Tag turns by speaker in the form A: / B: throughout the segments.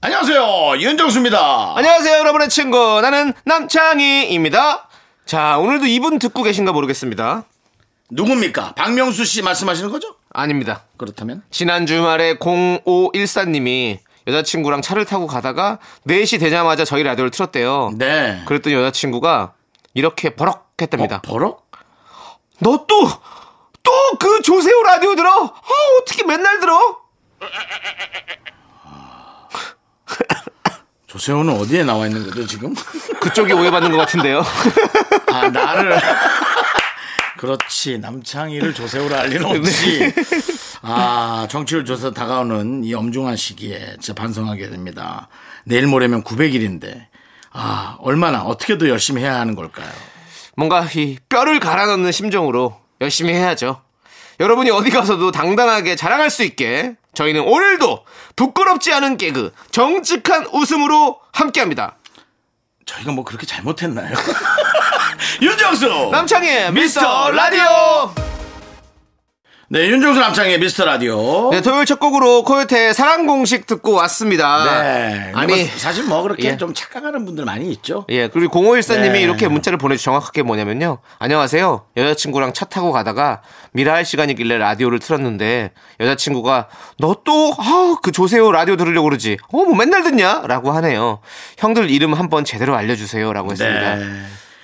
A: 안녕하세요 윤정수입니다
B: 안녕하세요, 여러분의 친구. 나는 남창희입니다. 자, 오늘도 이분 듣고 계신가 모르겠습니다.
A: 누굽니까 박명수 씨 말씀하시는 거죠
B: 아닙니다.
A: 그렇다면
B: 지난 주말에 0514님이 여자친구랑 차를 타고 가다가 4시 되자마자 저희 라디오를 틀었대요.
A: 네
B: 그랬더니 여자친구가 이렇게 버럭 했답니다.
A: 어, 버럭
B: 너 또! 또 그 조세호 라디오 들어! 아, 어떻게 맨날 들어?
A: 조세호는 어디에 나와 있는 거죠 지금
B: 그쪽이 오해받는 것 같은데요.
A: 아 나를 그렇지 남창희를 조세호라 할 일은
B: 네.
A: 없지 아 정치율 조사 다가오는 이 엄중한 시기에 진짜 반성하게 됩니다 내일 모레면 900일인데 아 얼마나 어떻게 더 열심히 해야 하는 걸까요
B: 뭔가 이 뼈를 갈아넣는 심정으로 열심히 해야죠. 여러분이 어디 가서도 당당하게 자랑할 수 있게 저희는 오늘도 부끄럽지 않은 개그, 정직한 웃음으로 함께합니다.
A: 저희가 뭐 그렇게 잘못했나요 윤정수
B: 남창희의 미스터
A: 미스터
B: 라디오!
A: 네 윤정수 남창희의 미스터 라디오
B: 네, 토요일 첫 곡으로 코요태의 사랑 공식 듣고 왔습니다.
A: 네. 아니
B: 아, 아니,
A: 뭐 사실 뭐 그렇게
B: 예.
A: 좀 착각하는 분들 많이 있죠.
B: 예, 그리고 0514님이
A: 네.
B: 이렇게 문자를 보내주 정확하게 뭐냐면요. 안녕하세요. 여자친구랑 차 타고 가다가 미라 할 시간이길래 라디오를 틀었는데 여자친구가 너 또, 아, 그 조세호 라디오 들으려고 그러지. 어, 뭐 맨날 듣냐? 라고 하네요. 형들 이름 한번 제대로 알려주세요. 라고 했습니다.
A: 네.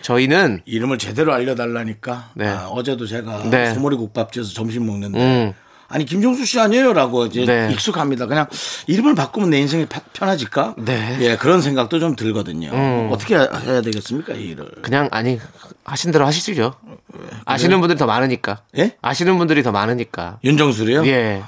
B: 저희는,
A: 이름을 제대로 알려달라니까.
B: 네.
A: 아, 어제도 제가
B: 네.
A: 소머리 국밥집에서 점심 먹는데
B: 음,
A: 아니 김종수 씨 아니에요라고 이제
B: 네.
A: 익숙합니다. 그냥 이름을 바꾸면 내 인생이 파- 편해질까?
B: 네. 음.
A: 예 그런 생각도 좀 들거든요. 어떻게 해야 되겠습니까 이 일을?
B: 그냥, 아니, 하신 대로 하시죠. 아시는 분들이 더 많으니까.
A: 예?
B: 아시는 분들이 더 많으니까.
A: 윤정수를요?
B: 예.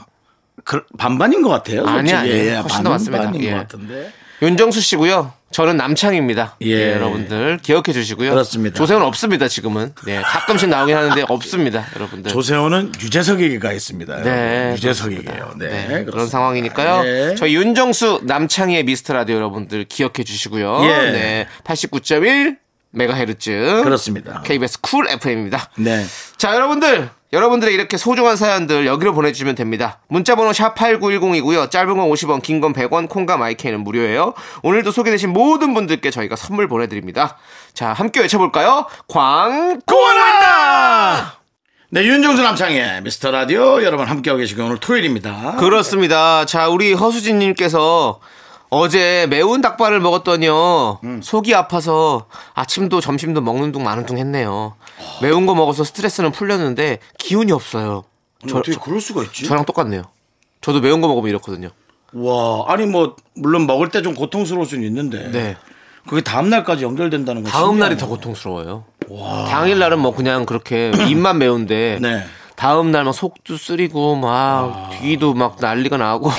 A: 그- 반반인 것 같아요.
B: 아니,
A: 솔직히.
B: 아니,
A: 예,
B: 훨씬 더
A: 반반인
B: 맞습니다.
A: 것
B: 예.
A: 같은데.
B: 윤정수 씨고요. 저는 남창입니다.
A: 예.
B: 예. 여러분들 기억해 주시고요.
A: 그렇습니다.
B: 조세호는 없습니다. 지금은. 네, 가끔씩 나오긴 하는데 없습니다. 여러분들.
A: 조세호는 유재석에게가 있습니다.
B: 네,
A: 유재석에게요. 네,
B: 네, 그런
A: 그렇습니다.
B: 상황이니까요.
A: 예.
B: 저희 윤정수 남창희의 미스터 라디오 여러분들 기억해 주시고요.
A: 예.
B: 네, 89.1 메가헤르츠.
A: 그렇습니다.
B: KBS 쿨 FM입니다.
A: 네.
B: 자, 여러분들. 여러분들의 이렇게 소중한 사연들 여기로 보내주시면 됩니다. 문자번호 샵8910이고요. 짧은 건 50원, 긴 건 100원, 콩과 마이크는 무료예요. 오늘도 소개되신 모든 분들께 저희가 선물 보내드립니다. 자, 함께 외쳐볼까요? 광고한다!
A: 네, 윤정수 남창의 미스터 라디오 여러분 함께하고 계시고 오늘 토요일입니다.
B: 그렇습니다. 자, 우리 허수진님께서 어제 매운 닭발을 먹었더니요.
A: 음.
B: 속이 아파서 아침도 점심도 먹는 둥 마는 둥 했네요. 매운 거 먹어서 스트레스는 풀렸는데 기운이 없어요.
A: 아니,
B: 저-
A: 어떻게 그럴 수가 있지?
B: 예? 저랑 똑같네요. 저도 매운 거 먹으면 이렇거든요.
A: 와, 아니 뭐 물론 먹을 때 좀 고통스러울 수는 있는데.
B: 네.
A: 그게 다음 날까지 연결된다는 거.
B: 다음
A: 아, 신기하네.
B: 날이 더 고통스러워요. 당일 날은 뭐 그냥 그렇게 입만 매운데
A: 네. 아.
B: 다음 날 막 속도 쓰리고 막 뒤도 막 난리가 나고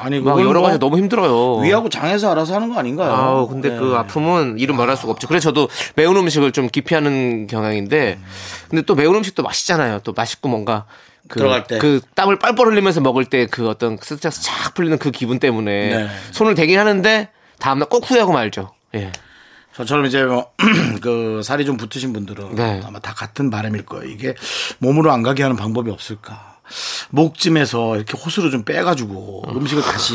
A: 아니
B: 막
A: 그건
B: 여러
A: 뭐
B: 가지 너무 힘들어요.
A: 위하고 장에서 알아서 하는 거 아닌가요?
B: 아우 근데
A: 네.
B: 그 아픔은 이름 말할 수가 없죠. 그래서 저도 매운 음식을 좀 기피하는 경향인데 근데 또 매운 음식도 맛있잖아요. 또 맛있고 뭔가 그,
A: 들어갈 때.
B: 그 땀을 뻘뻘 흘리면서 먹을 때 그 어떤 스트레스 쫙 풀리는 그 기분 때문에
A: 네.
B: 손을 대긴 하는데 다음날 꼭 후회하고 말죠. 예.
A: 저처럼 이제 뭐 그 살이 좀 붙으신 분들은
B: 네.
A: 아마 다 같은 바람일 거예요. 이게 몸으로 안 가게 하는 방법이 없을까? 목쯤에서 이렇게 호수로 좀 빼가지고 음식을 다시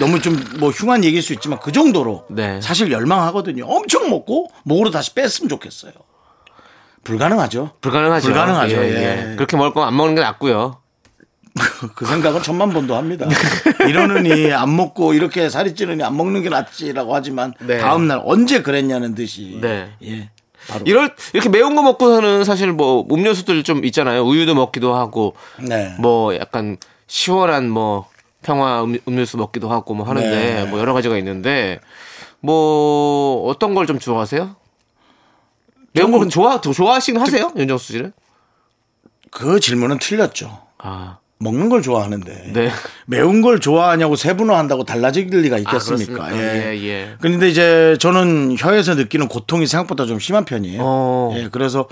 A: 너무 좀 뭐 흉한 얘기일 수 있지만 그 정도로
B: 네.
A: 사실 열망하거든요. 엄청 먹고 목으로 다시 뺐으면 좋겠어요. 불가능하죠.
B: 불가능하죠.
A: 불가능하죠.
B: 예,
A: 예.
B: 예. 그렇게 먹을 거면 안 먹는 게 낫고요.
A: 그 생각은 천만 번도 합니다. 이러느니 안 먹고 이렇게 살이 찌느니 안 먹는 게 낫지라고 하지만
B: 네.
A: 다음 날 언제 그랬냐는 듯이
B: 네.
A: 예. 바로
B: 이럴 이렇게 매운 거 먹고서는 사실 뭐 음료수들 좀 있잖아요. 우유도 먹기도 하고
A: 네.
B: 뭐 약간 시원한 뭐 평화 음- 음료수 먹기도 하고 뭐 하는데
A: 네.
B: 뭐 여러 가지가 있는데 뭐 어떤 걸 좀 좋아하세요? 매운 거 좋아 좋아하시긴 하세요? 윤정수 씨는?
A: 그 질문은 틀렸죠.
B: 아.
A: 먹는 걸 좋아하는데
B: 네. 아,
A: 매운 걸 좋아하냐고 세분화한다고 달라질 리가 있겠습니까?
B: 그렇습니까? 예, 예.
A: 그런데 이제 저는 혀에서 느끼는 고통이 생각보다 좀 심한 편이에요.
B: 어.
A: 예, 그래서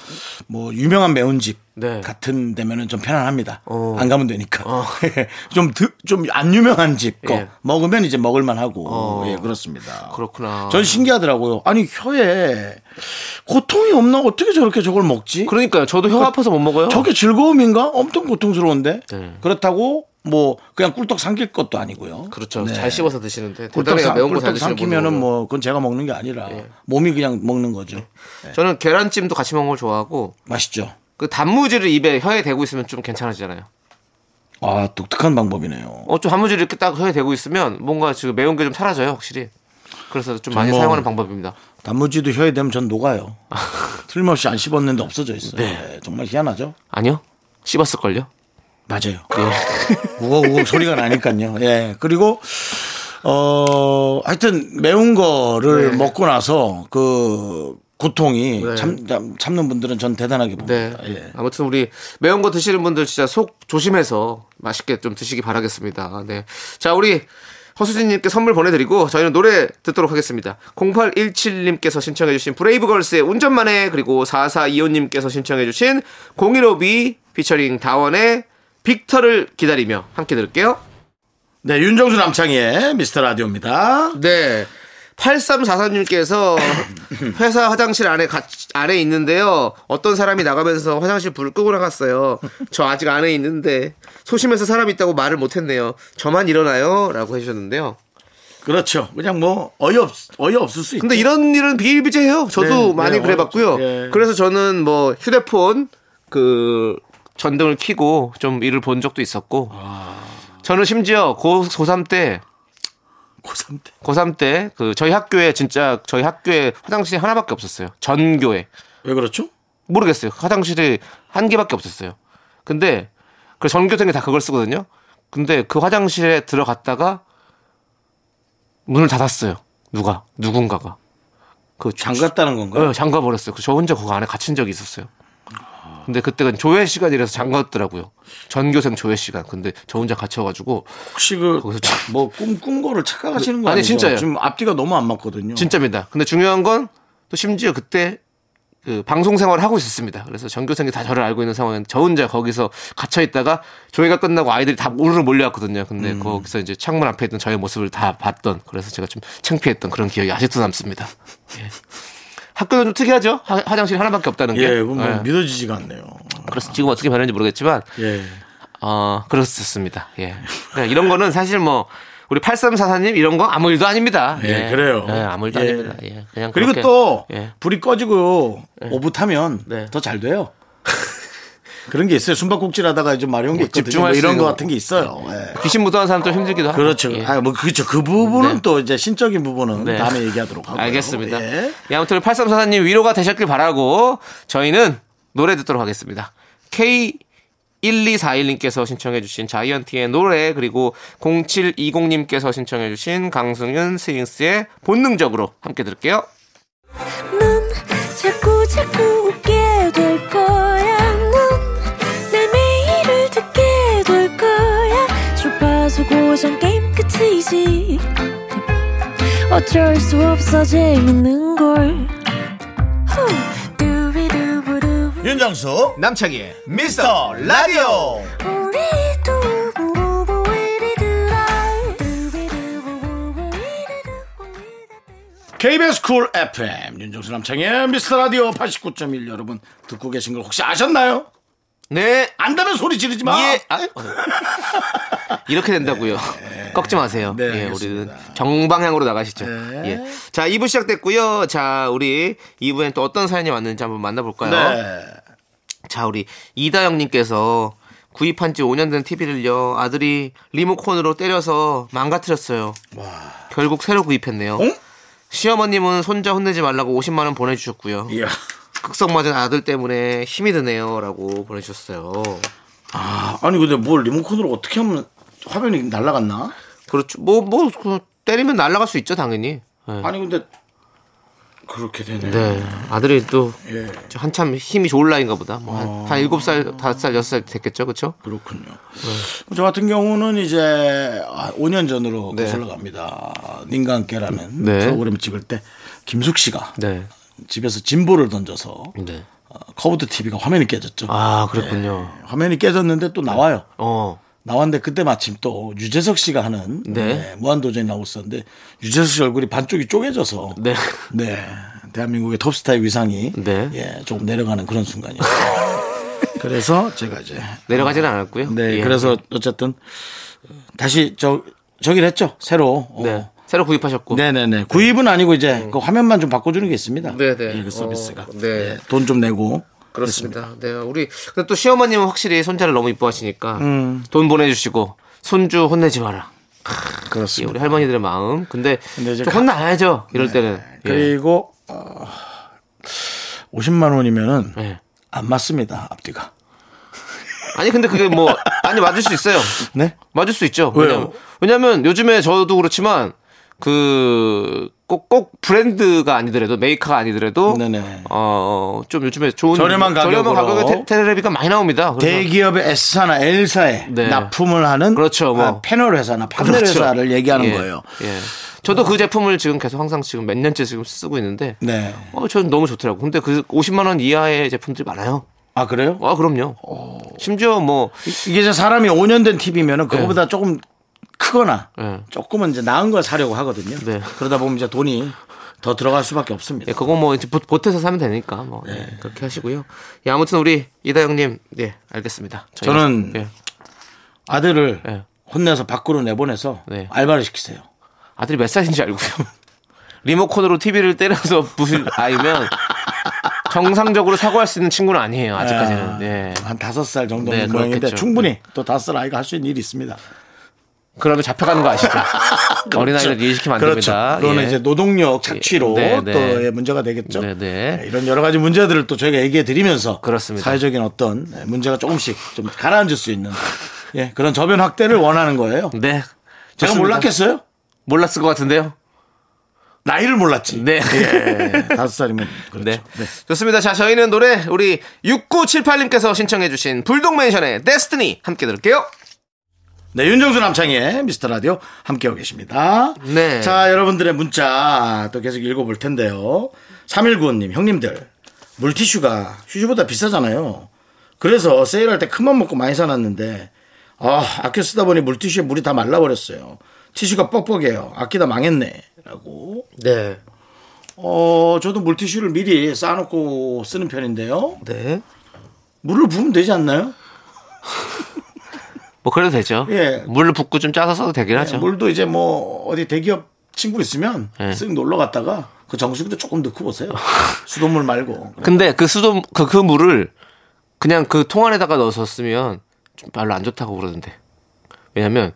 A: 뭐 유명한 매운 집
B: 네.
A: 같은 데면은 좀 편안합니다.
B: 어.
A: 안 가면 되니까. 예, 좀 좀 안 유명한 집 거
B: 예.
A: 먹으면 이제 먹을만 하고
B: 어.
A: 예 그렇습니다.
B: 그렇구나.
A: 전 신기하더라고요. 아니 혀에 고통이 없나 어떻게 저렇게 저걸 먹지?
B: 그러니까요. 저도 혀 아파서 못 먹어요.
A: 저게 즐거움인가? 엄청 고통스러운데.
B: 네.
A: 그렇다고 뭐 그냥 꿀떡 삼킬 것도 아니고요.
B: 그렇죠.
A: 네.
B: 잘 씹어서 드시는데
A: 꿀떡,
B: 대단해요.
A: 삼,
B: 매운 거 잘
A: 꿀떡
B: 드시는
A: 삼키면은
B: 분은. 예.
A: 뭐 그건 제가 먹는 게 아니라 몸이 그냥 먹는 거죠.
B: 네. 저는 계란찜도 같이 먹는 걸 좋아하고
A: 맛있죠.
B: 그 단무지를 입에 혀에 대고 있으면 좀 괜찮아지잖아요.
A: 아 독특한 방법이네요.
B: 어, 좀 단무지를 이렇게 딱 혀에 대고 있으면 뭔가 지금 매운 게 좀 사라져요, 확실히. 그래서 좀 많이
A: 뭐-
B: 사용하는 방법입니다.
A: 단무지도 혀에 대면 전 녹아요. 틀림없이 안 씹었는데 없어져 있어요. 네, 정말 희한하죠.
B: 아니요? 씹었을걸요?
A: 맞아요. 그 우걱우걱 소리가 나니까요. 예. 그리고 어 하여튼 매운 거를
B: 네.
A: 먹고 나서 그 고통이
B: 네.
A: 참, 참- 참는 분들은 전 대단하게
B: 네.
A: 봅니다. 예.
B: 아무튼 우리 매운 거 드시는 분들 진짜 속 조심해서 맛있게 좀 드시기 바라겠습니다. 네. 자, 우리 허수진님께 선물 보내드리고 저희는 노래 듣도록 하겠습니다. 0817님께서 신청해주신 브레이브걸스의 운전만해 그리고 4425님께서 신청해주신 015B 피처링 다원의 빅터를 기다리며 함께 들을게요.
A: 네, 윤정수 남창희의 미스터 라디오입니다.
B: 네. 8344님께서 회사 화장실 안에 가, 안에 있는데요. 어떤 사람이 나가면서 화장실 불을 끄고 나갔어요. 저 아직 안에 있는데 소심해서 사람 있다고 말을 못 했네요. 저만 일어나요라고 해 주셨는데요.
A: 그렇죠. 그냥 뭐 어이없 어이없을 수 있.
B: 근데 이런 일은 비일비재해요. 저도
A: 네,
B: 많이
A: 네,
B: 그래 봤고요.
A: 어렵죠. 예.
B: 그래서 저는 뭐 휴대폰 그 전등을 켜고 좀 일을 본 적도 있었고.
A: 아.
B: 저는 심지어 고 고3 때
A: 고3 때.
B: 고3 때 그 저희 학교에 진짜 저희 학교에 화장실이 하나밖에 없었어요. 전교에.
A: 왜 그렇죠?
B: 모르겠어요. 화장실이 한 개밖에 없었어요. 근데 그 전교생이 다 그걸 쓰거든요. 근데 그 화장실에 들어갔다가 문을 닫았어요. 누가 누군가가 그 주-
A: 잠갔다는 건가?
B: 네, 잠가 버렸어요. 저 혼자 그거 안에 갇힌 적이 있었어요. 근데 그때가 조회 시간이라서 잠갔더라고요. 전교생 조회 시간. 근데 저 혼자 갇혀가지고
A: 혹시 그
B: 거기서 참-
A: 뭐꿈꾼 거를 착각하시는 거
B: 아니,
A: 아니죠?
B: 진짜예요.
A: 지금 앞뒤가 너무 안 맞거든요.
B: 음. 진짜입니다. 근데 중요한 건 또 심지어 그때 그 방송 생활을 하고 있었습니다. 그래서 전교생이 다 저를 알고 있는 상황에 저 혼자 거기서 갇혀 있다가 조회가 끝나고 아이들이 다 우르르 몰려왔거든요.
A: 음.
B: 근데 거기서 이제 창문 앞에 있던 저의 모습을 다 봤던 그래서 제가 좀 창피했던 그런 기억이 아직도 남습니다. 예. 학교는 좀 특이하죠. 화, 화장실 하나밖에 없다는 게.
A: 예, 그건 뭐
B: 예.
A: 믿어지지가 않네요.
B: 그래서 지금 어떻게 변했는지 모르겠지만
A: 예.
B: 어, 그렇습니다. 예. 그러니까 이런 거는 사실 뭐 우리 8344님 이런 거 아무 일도 아닙니다.
A: 예, 그래요.
B: 예, 아무 일도
A: 예.
B: 아닙니다. 예. 그냥
A: 그리고
B: 그렇게,
A: 또
B: 예.
A: 불이 꺼지고 오붓하면
B: 네.
A: 더 잘 돼요. 그런 게 있어요. 숨바꼭질 하다가 좀 마려운 게
B: 뭐
A: 있거든요.
B: 집중할
A: 뭐
B: 수
A: 이런
B: 있는
A: 거 같은 게 있어요. 예.
B: 귀신 무도한 사람 좀 힘들기도 하고.
A: 그렇죠.
B: 예.
A: 아, 뭐 그렇죠. 그 부분은
B: 네.
A: 또 이제 신적인 부분은
B: 네.
A: 다음에 얘기하도록 하고요.
B: 알겠습니다.
A: 예.
B: 예, 아무튼 8344님 위로가 되셨길 바라고 저희는 노래 듣도록 하겠습니다. K 1241님께서 신청해주신 자이언티의 노래 그리고 0720님께서 신청해주신 강승윤 스윙스의 본능적으로 함께 들을게요.
C: 넌 자꾸 자꾸 웃게 될 거야. 넌내 매일을 듣게 될 거야. 주파수 고정 게임 끝이지. 어쩔 수 없어 재밌는 걸. 후. 두비두부두.
A: 윤정수 남창희의 미스터 라디오
C: 우리 두부부부 우리 두라. 두비두부부부 우리 두부부부.
A: KBS 쿨 FM 윤정수 남창희의 미스터 라디오 89.1 여러분 듣고 계신 걸 혹시 아셨나요?
B: 네.
A: 안다면 소리 지르지 마.
B: 예. 아, 어. 이렇게 된다고요. 꺾지 마세요.
A: 네,
B: 예,
A: 알겠습니다. 네.
B: 우리는 정방향으로 나가시죠. 예. 자, 2부 시작됐고요. 자, 우리 2부엔 또 어떤 사연이 왔는지 한번 만나볼까요?
A: 네.
B: 자, 우리 이다영님께서 구입한 지 5년 된 TV를요, 아들이 리모컨으로 때려서 망가뜨렸어요. 결국 새로 구입했네요.
A: 응?
B: 시어머님은 손자 혼내지 말라고 50만원 보내주셨고요.
A: 이야.
B: 극성 맞은 아들 때문에 힘이 드네요. 라고 보내주셨어요.
A: 아, 아니 근데 뭘 리모컨으로 어떻게 하면 화면이 날아갔나?
B: 그렇죠. 뭐, 뭐, 그 때리면 날아갈 수 있죠, 당연히. 예.
A: 아니 근데 그렇게 되네요.
B: 네. 아들이 또
A: 예.
B: 저 한참 힘이 좋을 나이인가 보다. 뭐 한, 한 7살, 5살, 6살 됐겠죠. 그렇죠?
A: 그렇군요. 저 같은 경우는 이제 아, 5년 전으로
B: 네.
A: 거슬러 갑니다. 님과 함께라는
B: 네.
A: 프로그램 찍을 때 김숙 씨가
B: 네.
A: 집에서 진보를 던져서
B: 네.
A: 어, 커브드 TV가 화면이 깨졌죠.
B: 아, 그렇군요.
A: 예, 화면이 깨졌는데 또 나와요.
B: 어.
A: 나왔는데 그때 마침 또 유재석 씨가 하는
B: 네.
A: 네, 무한도전이 나오고 있었는데 유재석 씨 얼굴이 반쪽이 쪼개져서
B: 네.
A: 네, 대한민국의 톱스타의 위상이
B: 네.
A: 예, 조금 내려가는 그런 순간이었어요. 그래서 제가 이제
B: 내려가지는 않았고요.
A: 네,
B: 예.
A: 그래서 어쨌든 다시 저 저기를 했죠. 새로. 어.
B: 네. 새로 구입하셨고.
A: 네, 네, 네. 구입은 아니고 이제 그 화면만 좀 바꿔주는 게 있습니다.
B: 네, 네.
A: 예, 그 서비스가.
B: 어, 네.
A: 돈 좀 내고.
B: 그렇습니다. 네, 우리 근데 또 시어머님은 확실히 손자를 너무 이뻐하시니까
A: 음.
B: 돈 보내주시고 손주 혼내지 마라. 예,
A: 그렇습니다.
B: 우리 할머니들의 마음. 근데,
A: 근데 이제
B: 좀
A: 가- 네.
B: 혼나야죠. 이럴 때는. 예.
A: 그리고 어, 50만 원이면은
B: 예.
A: 안 맞습니다 앞뒤가.
B: 아니 근데 그게 뭐 아니 맞을 수 있어요.
A: 네.
B: 맞을 수 있죠.
A: 왜요?
B: 왜냐면 요즘에 저도 그렇지만 그. 꼭, 꼭 브랜드가 아니더라도 메이커가 아니더라도
A: 네네.
B: 어좀 요즘에 좋은
A: 저렴한 가격으로.
B: 가격의 테, 레비가 많이 나옵니다. 그래서
A: 대기업의 S사나 L사에
B: 네.
A: 납품을 하는
B: 그렇죠, 뭐.
A: 아, 패널 회사나 판넬
B: 그렇죠.
A: 회사를 얘기하는
B: 예,
A: 거예요.
B: 예. 저도 그 제품을 지금 계속 항상 지금 몇 년째 지금 쓰고 있는데
A: 네.
B: 어, 저는 너무 좋더라고. 근데 그 50만 원 이하의 제품들이 많아요.
A: 아 그래요?
B: 아, 그럼요. 심지어 뭐
A: 이게 이제 사람이 5년 된 TV면은
B: 네.
A: 그거보다 조금 크거나
B: 예.
A: 조금은 이제 나은 걸 사려고 하거든요.
B: 네.
A: 그러다 보면 이제 돈이 더 들어갈 수밖에 없습니다.
B: 예, 그거 뭐 이제 보- 보태서 사면 되니까 뭐 예,
A: 네.
B: 그렇게 하시고요. 예, 아무튼 우리 이다영 님. 예, 알겠습니다. 저희가-
A: 저는-
B: 예.
A: 아들을
B: 네.
A: 혼내서 밖으로 내보내서
B: 네.
A: 알바를 시키세요.
B: 아들이 몇 살인지 알고요. 리모컨으로 TV를 때려서 부실 아이면 정상적으로 사고할 수 있는 친구는 아니에요. 아직까지는. 예.
A: 한 다섯 살 정도
B: 네,
A: 는 모양인데
B: 그렇겠죠.
A: 충분히 또 다섯 살 아이가 할 수 있는 일이 있습니다.
B: 그러면 잡혀가는 거 아시죠? 어린아이를
A: 그렇죠.
B: 이해시키면 안
A: 그렇죠.
B: 됩니다.
A: 그거는
B: 예.
A: 이제 노동력 착취로
B: 네, 네.
A: 또 예, 문제가 되겠죠.
B: 네, 네.
A: 예, 이런 여러 가지 문제들을 또 저희가 얘기해 드리면서
B: 그렇습니다.
A: 사회적인 어떤 예, 문제가 조금씩 좀 가라앉을 수 있는 예, 그런 저변 확대를 원하는 거예요.
B: 네.
A: 제가
B: 좋습니다.
A: 몰랐겠어요?
B: 몰랐을 것 같은데요.
A: 나이를 몰랐지.
B: 네.
A: 예, 다섯 살이면 그렇죠.
B: 네. 좋습니다. 자, 저희는 노래 우리 6978님께서 신청해주신 불독맨션의 데스티니 함께 들을게요.
A: 네, 윤정수 남창희의 미스터 라디오 함께하고 계십니다.
B: 네.
A: 자, 여러분들의 문자 또 계속 읽어볼 텐데요. 3195님, 형님들. 물티슈가 휴지보다 비싸잖아요. 그래서 세일할 때 큰맘 먹고 많이 사놨는데, 아, 아껴 쓰다 보니 물티슈에 물이 다 말라버렸어요. 티슈가 뻑뻑해요. 아끼다 망했네. 라고.
B: 네.
A: 어, 저도 물티슈를 미리 쌓아놓고 쓰는 편인데요.
B: 네.
A: 물을 부으면 되지 않나요?
B: 뭐 그래도 되죠.
A: 예.
B: 물을 붓고 좀 짜서 써도 되긴 하죠.
A: 물도 이제 뭐 어디 대기업 친구 있으면
B: 예.
A: 쓱 놀러 갔다가 그 정수기도 조금 넣고 보세요. 수돗물 말고.
B: 근데 그 수도 그, 그 물을 그냥 그 통 안에다가 넣어서 쓰면 좀 별로 안 좋다고 그러던데. 왜냐면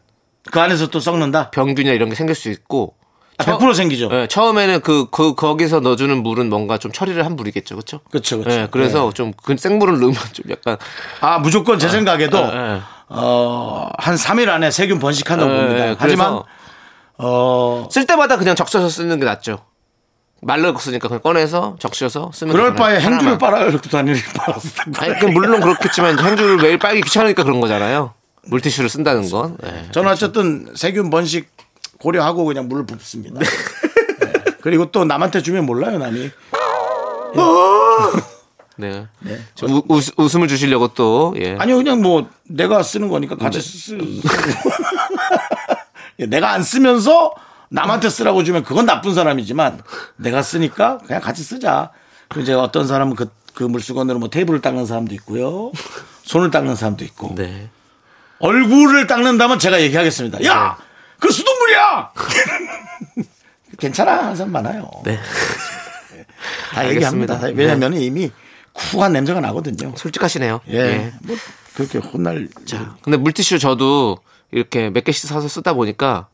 A: 그 안에서 또 썩는다.
B: 병균이나 이런 게 생길 수 있고.
A: 아,
B: 처-
A: 100% 생기죠.
B: 예, 처음에는 그, 그, 거기서 넣어주는 물은 뭔가 좀 처리를 한 물이겠죠. 그쵸?
A: 그쵸, 그쵸.
B: 예, 그래서 좀, 그 생물을 넣으면 좀 약간.
A: 아 무조건 제 생각에도
B: 예.
A: 어, 한 3일 안에 세균 번식한다고
B: 예,
A: 봅니다.
B: 그래서
A: 하지만 어,
B: 쓸 때마다 그냥 적셔서 쓰는 게 낫죠. 말랐으니까 그냥 꺼내서 적셔서 쓰면
A: 그럴
B: 되잖아요.
A: 바에 행주를
B: 하나만.
A: 빨아요. 이렇게 다니는 게 빨았을 거예요.
B: 아니, 그 물론 그렇겠지만 행주를 매일 빨기 귀찮으니까 그런 거잖아요. 물티슈를 쓴다는 건. 예.
A: 저는 어쨌든 세균 번식 고려하고 그냥 물을 붓습니다. 네. 그리고 또 남한테 주면 몰라요, 남이.
B: 네. 저 우, 웃- 웃음을 주시려고 또, 예.
A: 아니요, 그냥 뭐 내가 쓰는 거니까
B: 네.
A: 같이 쓰. 예, 내가 안 쓰면서 남한테 쓰라고 주면 그건 나쁜 사람이지만 내가 쓰니까 그냥 같이 쓰자. 그 이제 어떤 사람은 그, 그 물수건으로 뭐 테이블을 닦는 사람도 있고요. 손을 닦는 사람도 있고.
B: 네.
A: 얼굴을 닦는다면 제가 얘기하겠습니다. 야!
B: 네.
A: 그 수돗물이야! 괜찮아. 하는 사람 많아요. 예,
B: 네.
A: 다 얘기합니다.
B: 알겠습니다. 네.
A: 왜냐면 이미 쿨한 냄새가 나거든요.
B: 솔직하시네요.
A: 예. 뭐 그렇게 혼날. 자,
B: 근데 물티슈 저도 이렇게 몇 개씩 사서 쓰다 보니까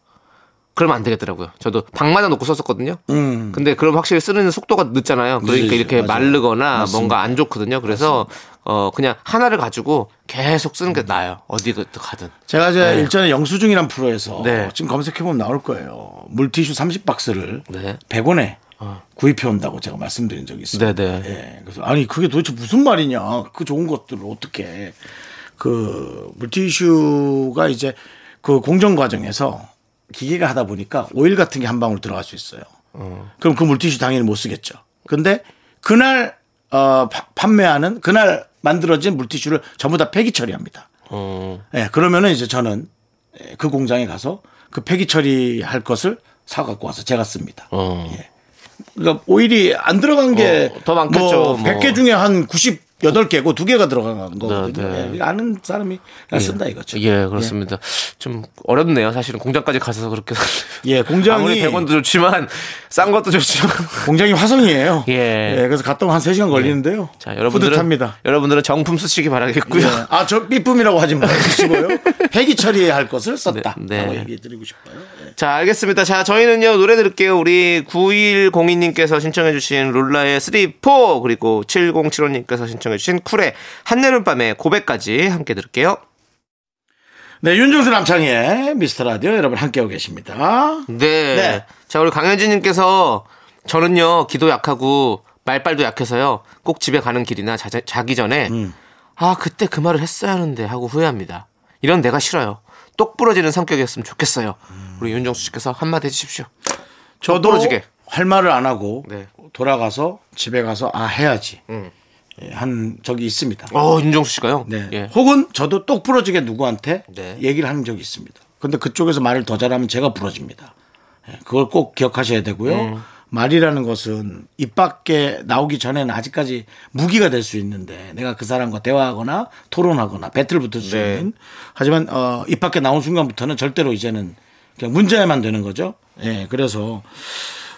B: 그러면 안 되겠더라고요. 저도 방마다 놓고 썼었거든요. 근데 그럼 확실히 쓰는 속도가 늦잖아요.
A: 음.
B: 그러니까
A: 늦으시죠.
B: 이렇게
A: 맞아요.
B: 마르거나 뭔가 안 좋거든요. 그래서 어 그냥 하나를 가지고 계속 쓰는 게 나아요. 어디 가든.
A: 제가 이제 일전에 영수증이란 프로에서
B: 네.
A: 지금 검색해보면 나올 거예요. 물티슈 30박스를
B: 네.
A: 100원에 구입해 온다고 제가 말씀드린 적이 있어요.
B: 네네.
A: 예, 그래서 아니 그게 도대체 무슨 말이냐? 그 좋은 것들을 어떻게 그 물티슈가 이제 그 공정 과정에서 기계가 하다 보니까 오일 같은 게 한 방울 들어갈 수 있어요. 그럼 그 물티슈 당연히 못 쓰겠죠. 근데 그날 어, 파- 판매하는 그날 만들어진 물티슈를 전부 다 폐기 처리합니다.
B: 어.
A: 예, 그러면은 이제 저는 예, 그 공장에 가서 그 폐기 처리할 것을 사 갖고 와서 제가 씁니다.
B: 어.
A: 예. 그러니까 오일이 안 들어간 게
B: 어, 더 많겠죠,
A: 뭐
B: 뭐.
A: 100개 중에 한 98개고 두개가 들어간 거거든요.
B: 네, 네.
A: 예, 아는 사람이 쓴다 이거죠.
B: 예, 그렇습니다. 좀 어렵네요. 사실은 공장까지 가서 그렇게.
A: 예, 공장이-
B: 아무리 100원도 좋지만, 싼 것도 좋지만.
A: 예. 공장이 화성이에요.
B: 예.
A: 그래서 갔다 오면 한 3시간 걸리는데요.
B: 자, 여러분들은. 그
A: 뿌듯합니다.
B: 여러분들은 정품 쓰시기 바라겠고요.
A: 예. 아, 저 삐쁨이라고 하지 마시고요. 폐기 처리할 것을 썼다.
B: 네, 네.
A: 라고 얘기해 드리고 싶어요. 예.
B: 자, 알겠습니다. 자, 저희는요, 노래 들을게요. 우리 9102님께서 신청해주신 룰라의 3, 4, 그리고 7075님께서 신청해주신 쿨의 한여름밤의 고백까지 함께 들을게요.
A: 네, 윤종수 남창희의 미스터 라디오 여러분 함께하고 계십니다.
B: 네.
A: 네.
B: 자, 우리 강현진님께서 저는요, 기도 약하고 말빨도 약해서요, 꼭 집에 가는 길이나 자, 자기 전에,
A: 음.
B: 아, 그때 그 말을 했어야 하는데 하고 후회합니다. 이런 내가 싫어요. 똑 부러지는 성격이었으면 좋겠어요.
A: 음.
B: 우리 윤정수 씨께서 한마디 해주십시오.
A: 저도
B: 떨어지게.
A: 할 말을 안 하고
B: 네. 음.
A: 돌아가서 집에 가서 아 해야지 예, 한 적이 있습니다.
B: 어, 윤정수 씨가요?
A: 네.
B: 예.
A: 혹은 저도 똑 부러지게 누구한테
B: 네.
A: 얘기를 하는 적이 있습니다. 근데 그쪽에서 말을 더 잘하면 제가 부러집니다. 예, 그걸 꼭 기억하셔야 되고요.
B: 예.
A: 말이라는 것은 입 밖에 나오기 전에는 아직까지 무기가 될 수 있는데 내가 그 사람과 대화하거나 토론하거나 배틀 붙을 수
B: 네.
A: 있는 하지만 어, 입 밖에 나온 순간부터는 절대로 이제는 그냥 문제만 되는 거죠. 예, 그래서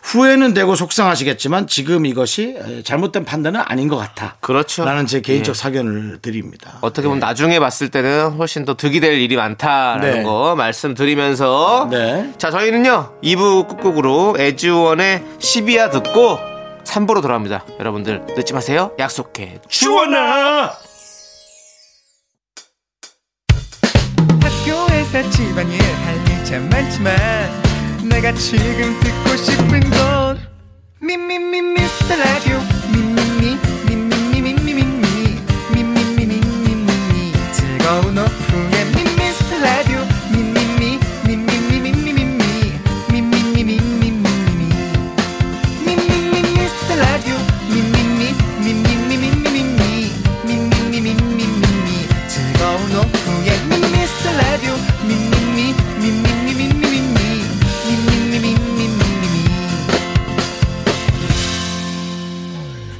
A: 후회는 되고 속상하시겠지만 지금 이것이 에, 잘못된 판단은 아닌 것 같아.
B: 그렇죠.
A: 라는 제 개인적 사견을 드립니다.
B: 어떻게 보면 나중에 봤을 때는 훨씬 더 득이 될 일이 많다라는
A: 예. 네.
B: 거 말씀드리면서
A: 네.
B: 자 저희는요 2부 끝곡으로 에즈원의 시비야 듣고 3부로 돌아옵니다 여러분들 늦지 마세요 약속해
A: 주원아
D: 학교에서 집안일 할 일 참 많지만 내가 지금 듣고 싶은 건 미미미 미스터 라디오 미미미 미미미 미미미 미미미 미미미 즐거운 오후에 미스터 라디오 미미미 미미미 미미미 미미미 미미미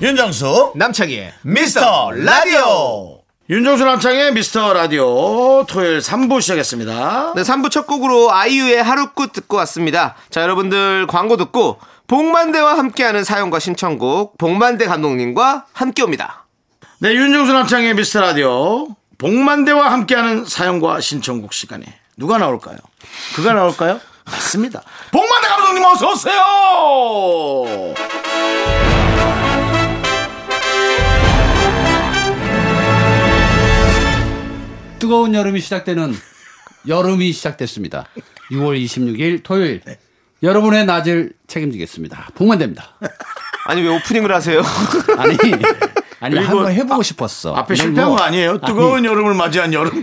A: 윤정수
B: 남창희의
A: 미스터 라디오 윤정수 남창의 미스터 라디오 토요일 3부 시작했습니다.
B: 네, 3부 첫 곡으로 아이유의 하루끝 듣고 왔습니다. 자, 여러분들 광고 듣고 복만대와 함께하는 사연과 신청곡 복만대 감독님과 함께 옵니다.
A: 네 윤정수 남창의 미스터 라디오 복만대와 함께하는 사연과 신청곡 시간에 누가 나올까요? 그가 나올까요? 맞습니다. 복만대 감독님 어서 오세요.
E: 뜨거운 여름이 시작되는 여름이 시작됐습니다. 6월 26일 토요일
A: 네.
E: 여러분의 낮을 책임지겠습니다. 복만 됩니다.
B: 아니 왜 오프닝을 하세요?
E: 아니 네. 아니
A: 그리고
E: 한번 해보고 싶었어.
A: 앞에
E: 이건
A: 실패한
E: 뭐-
A: 거 아니에요? 뜨거운 여름을 맞이한 여름.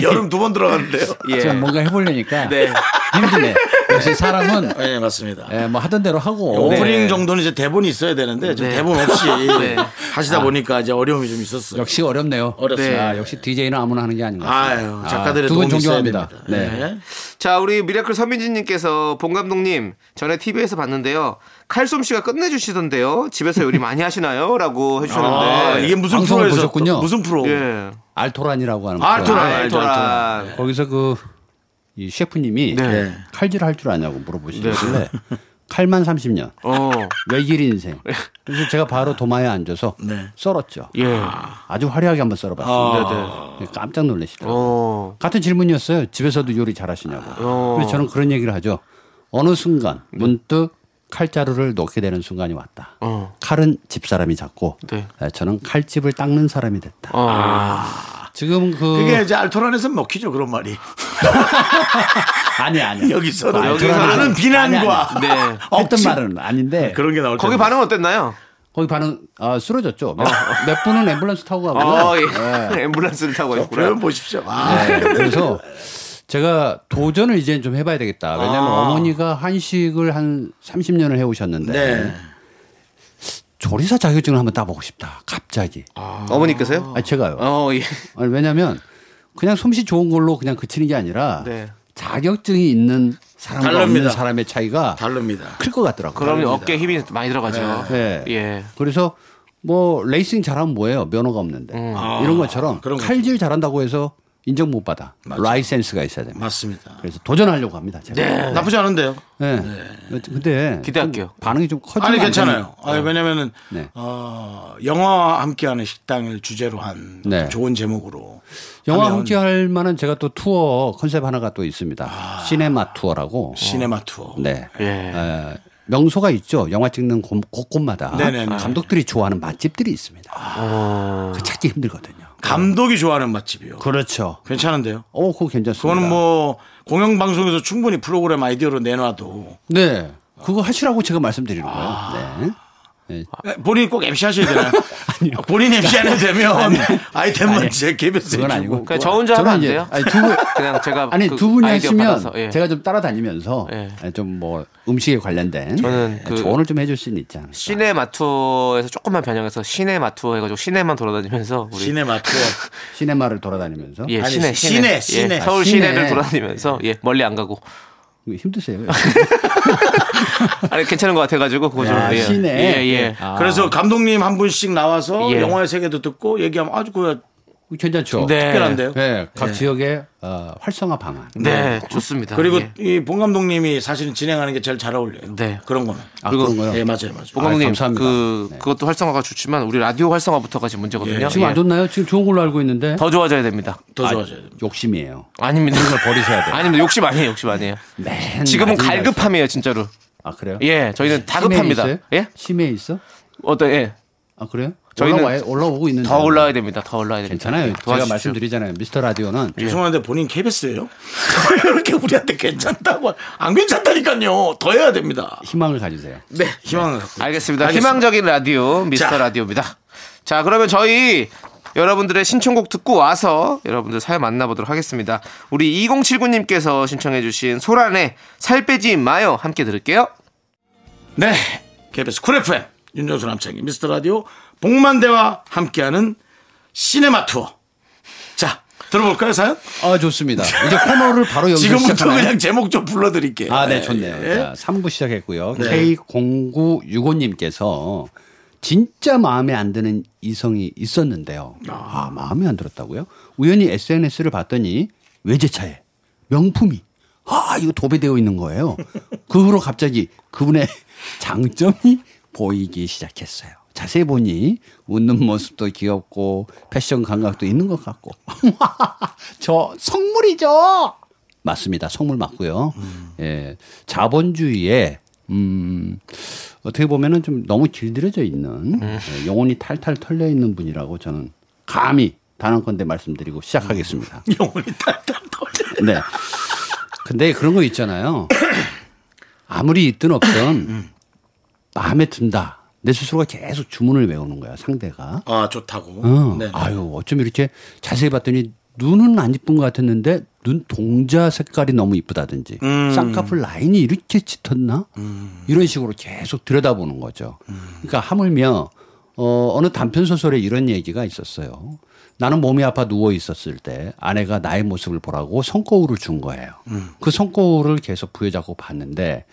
A: 여름 두 번 들어갔는데요.
E: 아니, 제가 네, 뭔가 해보려니까
B: 네.
E: 힘드네. 역시 사람은
A: 네 맞습니다.
E: 예, 뭐 하던 대로 하고
A: 오프닝 정도는 이제 대본이 있어야 되는데 지금
B: 네.
A: 대본 없이
B: 네.
A: 하시다 보니까 이제 어려움이 좀 있었어요.
E: 역시 어렵네요.
A: 어렵습니다.
E: 아, 역시 DJ는 아무나 하는 게 아닌 것 같아요.
A: 아유 작가들의
E: 두분
A: 도움이 있어야
E: 존경합니다.
A: 됩니다.
E: 네.
A: 네.
B: 자, 우리 미라클 서민진님께서 봉 감독님 전에 TV에서 봤는데요. 칼솜씨가 끝내주시던데요. 집에서 요리 많이 하시나요? 라고 해주셨는데.
A: 아, 이게 무슨
E: 방송을
A: 프로에서
E: 보셨군요.
A: 또- 무슨 프로?
B: 예. 아,
E: 알토란이라고 하는
A: 알토란.
E: 프로그램.
A: 알죠,
B: 알토란.
E: 거기서 그 이 셰프님이
B: 네.
E: 칼질 할 줄 아냐고 물어보시길래
A: 네.
E: 칼만 30년.
B: 어.
E: 열일 인생. 그래서 제가 바로 도마에 앉아서
A: 네.
E: 썰었죠.
B: 예.
E: 아주 화려하게 한번 썰어봤습니다. 네, 깜짝 놀라시더라고요.
B: 어.
E: 같은 질문이었어요. 집에서도 요리 잘하시냐고.
B: 어.
E: 그래서 저는 그런 얘기를 하죠. 어느 순간 문득 칼자루를 놓게 되는 순간이 왔다.
B: 어.
E: 칼은 집사람이 잡고
B: 네.
E: 네, 저는 칼집을 닦는 사람이 됐다.
B: 아.
E: 지금 그
A: 그게 이제 알토란에서 먹히죠 그런 말이.
E: 아니 아니.
A: 여기서는
B: 여기서는
A: 많은 비난과
B: 아니, 아니. 네.
E: 했던
A: 억지-
E: 말은 아닌데
A: 그런 게 나올 텐데.
B: 거기 반응 어땠나요?
E: 거기 반응 아, 쓰러졌죠. 몇, 몇 분은 앰뷸런스 타고 가고요.
B: 어, 예.
E: 예.
B: 앰뷸런스를 타고
A: 표현
B: 있구나.
A: 네. 보십시오. 아,
E: 네, 그래서 제가 도전을 이제 좀 해봐야 되겠다. 왜냐하면 어머니가 한식을 한 30년을 해오셨는데
A: 네.
E: 조리사 자격증을 한번 따보고 싶다. 갑자기.
B: 어머니께서요?
E: 아니, 제가요.
B: 어, 예.
E: 아니, 왜냐면 그냥 솜씨 좋은 걸로 그냥 그치는 게 아니라
B: 네.
E: 자격증이 있는 사람과
A: 다릅니다.
E: 없는 사람의 차이가
A: 다릅니다.
E: 클 것 같더라고요.
B: 그럼 어깨에 힘이 많이 들어가죠.
E: 예.
B: 예.
E: 그래서 뭐 레이싱 잘하면 뭐예요? 면허가 없는데 이런 것처럼
A: 아, 그런 거죠.
E: 칼질 잘한다고 해서 인정 못 받아. 라이센스가 있어야 됩니다.
A: 맞습니다.
E: 그래서 도전하려고 합니다. 제가.
A: 나쁘지 않은데요.
E: 네. 근데
B: 기대할게요.
E: 좀 반응이 좀 커지면
A: 아니
E: 안
A: 괜찮아요.
E: 되는-
A: 아니, 왜냐면은
E: 네.
A: 어, 영화와 함께하는 식당을 주제로 한
E: 네.
A: 어떤 좋은 제목으로
E: 영화
A: 하면
E: 함께 할 만한 제가 또 투어 컨셉 하나가 또 있습니다. 시네마 투어라고.
A: 아. 시네마 투어.
E: 네.
B: 예.
E: 에, 명소가 있죠. 영화 찍는 곳, 곳곳마다
A: 네네네. 아.
E: 감독들이 좋아하는 맛집들이 있습니다.
B: 어.
E: 그 찾기 힘들거든요.
A: 감독이 좋아하는 맛집이요.
E: 그렇죠.
A: 괜찮은데요.
E: 어, 그거 괜찮습니다.
A: 그거는 뭐 공영 방송에서 충분히 프로그램 아이디어로 내놔도
E: 네. 그거 하시라고 제가 말씀드리는 거예요.
A: 아.
E: 네.
A: 에, 본인이 꼭 MC 하셔야 되나요? 본인 MC 안 해도 되면 아이템만
E: 아니요.
A: 제 KBS에
E: 그건 아니고.
B: 그러니까 저 혼자
E: 저는
B: 하면 안
E: 이제-
B: 돼요?
E: 아니, 두 분.
B: 그냥 제가
E: 네. 아니
B: 그
E: 두 분이
B: 아이디어
E: 하시면
B: 받아서, 예.
E: 제가 좀 따라다니면서
B: 예.
E: 좀 뭐 음식에 관련된 예,
B: 저는 그-
E: 조언을 좀 해줄 수는 있지 않을까.
B: 시내 마투어에서 조금만 변형해서 시내 마투어 해가지고 시내만 돌아다니면서 우리
A: 시네마 투어.
E: 시네마를 돌아다니면서
B: 예,
A: 아니,
B: 시내,
A: 시-
B: 시내,
A: 시내,
B: 예,
A: 시내.
B: 서울
E: 아,
B: 시내.
E: 시내.
B: 를 돌아다니면서 예, 멀리 안 가고
E: 힘드세요.
B: 아니 괜찮은 것 같아가지고 그거 좀
E: 아,
B: 예.
E: 시내.
B: 예, 예.
E: 아,
A: 그래서 감독님 한 분씩 나와서
B: 예.
A: 영화의 세계도 듣고 얘기하면 아주 그
E: 괜찮죠.
B: 네. 예.
A: 특별한데요.
E: 네, 각 지역의 어, 활성화 방안.
B: 네, 좋습니다.
A: 그리고
B: 예.
A: 이 봉 감독님이 사실은 진행하는 게 제일 잘 어울려요.
B: 네.
A: 그런 거는.
E: 아,
B: 그리고-
E: 그런 거요.
A: 예, 맞아요, 맞아요.
E: 아,
B: 보강님
E: 감사합니다.
B: 그
E: 네.
B: 그것도 활성화가 좋지만 우리 라디오 활성화부터가 지금 문제거든요.
E: 지금
B: 예.
E: 안 좋나요? 지금 좋은 걸로 알고 있는데
B: 더 좋아져야 됩니다.
A: 더 좋아져야
E: 예.
A: 됩니다.
E: 욕심이에요.
B: 아닙니다.
E: 이걸 버리셔야 돼요. 음,
B: 아닙니다. 욕심 아니에요. 욕심 아니에요.
E: 맨
B: 지금은
E: 마지막에
B: 갈급함이에요, 진짜로.
E: 있어요. 아 그래요?
B: 예, 저희는 다급합니다.
E: 심해 있어요?
B: 예?
E: 심해 있어?
B: 어떤 예.
E: 아 그래요?
B: 저희는
E: 올라와요? 올라오고 있는데
B: 더 올라와야 됩니다. 더 올라와야 됩니다.
E: 괜찮아요.
B: 예,
E: 제가
B: 도와주십시오.
E: 말씀드리잖아요. 미스터 라디오는
A: 죄송한데 본인 KBS예요? 이렇게 우리한테 괜찮다고 안 괜찮다니까요. 더 해야 됩니다.
E: 희망을 가지세요.
A: 네, 희망을 갖고.
B: 알겠습니다.
A: 알겠습니다.
B: 희망적인 라디오 미스터
A: 자.
B: 라디오입니다. 자, 그러면 저희 여러분들의 신청곡 듣고 와서 여러분들 사연 만나보도록 하겠습니다. 우리 2079님께서 신청해주신 소란의 살 빼지 마요 함께 들을게요.
A: 네, KBS 쿨 FM 윤정수 남창희 미스터 라디오 복만대와 함께하는 시네마 투어. 자, 들어볼까요 사연?
E: 아 좋습니다. 이제 코너를 바로 여기서
A: 지금부터
E: 시작하나요?
A: 그냥 제목 좀 불러드릴게요.
E: 아, 네, 좋네요.
A: 예.
E: 자, 3부 시작했고요.
A: 네.
E: K0965님께서 진짜 마음에 안 드는 이성이 있었는데요. 아, 마음에 안 들었다고요? 우연히 SNS를 봤더니 외제차에 명품이 아, 이거 도배되어 있는 거예요. 그 후로 갑자기 그분의 장점이 보이기 시작했어요. 자세히 보니 웃는 모습도 귀엽고 패션 감각도 있는 것 같고. 저 성물이죠. 맞습니다. 성물 맞고요. 예. 자본주의에 음 어떻게 보면은 좀 너무 길들여져
A: 음.
E: 있는 예, 영혼이 탈탈 털려 있는 분이라고 저는 감히 단언컨대 말씀드리고 시작하겠습니다.
A: 음. 영혼이 탈탈 털려.
E: 네. 근데 그런 거 있잖아요. 아무리 있든
A: 음.
E: 없든 마음에 든다. 내 스스로가 계속 주문을 외우는 거야 상대가.
A: 아, 좋다고.
E: 어,
A: 네.
E: 아유 어쩜 이렇게 자세히 봤더니 눈은 안 이쁜 것 같았는데 눈 동자 색깔이 너무 이쁘다든지
A: 음.
E: 쌍꺼풀 라인이 이렇게 짙었나 이런 식으로 계속 들여다보는 거죠.
A: 음.
E: 그러니까 하물며 어, 어느 단편 소설에 이런 얘기가 있었어요. 나는 몸이 아파 누워 있었을 때 아내가 나의 모습을 보라고 손거울을 준 거예요.
A: 음.
E: 그 손거울을 계속 부여잡고 봤는데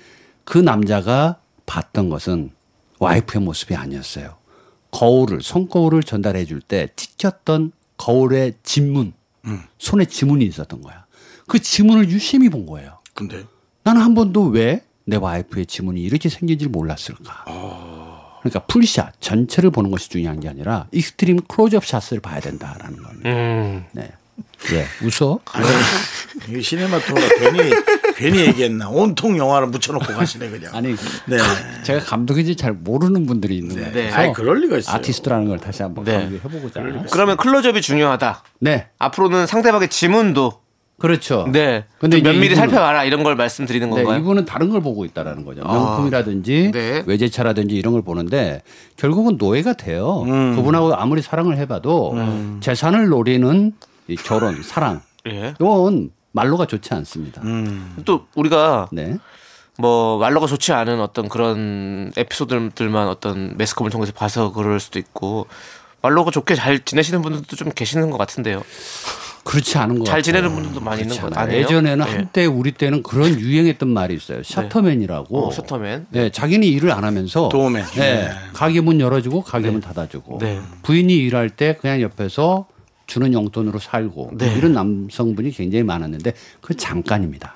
E: 그 남자가 봤던 것은 와이프의 모습이 아니었어요. 거울을 손거울을 전달해 줄 때 찍혔던 거울의 지문
A: 음.
E: 손에 지문이 있었던 거야 그 지문을 유심히 본 거예요
A: 근데
E: 나는 한 번도 왜 내 와이프의 지문이 이렇게 생긴지를 몰랐을까
A: 아.
E: 그러니까 풀샷 전체를 보는 것이 중요한 게 아니라 익스트림 클로즈업 샷을 봐야 된다라는 겁니다
B: 음.
E: 네. 예, 웃어?
A: 이 시네마 투어가 괜히 괜히 얘기했나? 온통 영화를 묻혀놓고 가시네 그냥.
E: 아니
A: 네.
E: 제가 감독인지 잘 모르는 분들이 있는 거예요
B: 네.
A: 아니 그럴 리가 있어요.
E: 아티스트라는 걸 다시 한번
B: 네.
E: 강조해보고자
B: 그러면 클로즈업이 중요하다.
E: 네
B: 앞으로는 상대방의 지문도
E: 그렇죠.
B: 네.
E: 근데
B: 좀
E: 이제
B: 면밀히
E: 이분은-
B: 살펴봐라 이런 걸 말씀드리는
E: 네,
B: 건가요? 아,
E: 이분은 다른 걸 보고 있다라는 거죠. 명품이라든지
B: 네.
E: 외제차라든지 이런 걸 보는데 결국은 노예가 돼요.
B: 음.
E: 그분하고 아무리 사랑을 해봐도 재산을 노리는 이 결혼, 사랑
B: 예. 음.
E: 이건 말로가 좋지 않습니다.
B: 또 우리가
E: 네.
B: 뭐 말로가 좋지 않은 어떤 그런 에피소드들만 어떤 매스컴을 통해서 봐서 그럴 수도 있고 말로가 좋게 잘 지내시는 분들도 좀 계시는 것 같은데요.
E: 그렇지 않은 거
B: 잘 지내는
E: 같아요.
B: 분들도 많이 있는
E: 네. 그렇지
B: 것
E: 않아요.
B: 아니에요?
E: 예전에는
B: 예. 네.
E: 한때 우리 때는 그런 유행했던 말이 있어요. 셔터맨이라고.
B: 어, 셔터맨.
E: 네, 자기는 일을 안 하면서
A: 도우맨.
E: 네, 가게 문 열어주고 가게 문 닫아주고
B: 예. 네.
E: 부인이 일할 때 그냥 옆에서 주는 용돈으로 살고
B: 네.
E: 이런 남성분이 굉장히 많았는데 그 잠깐입니다.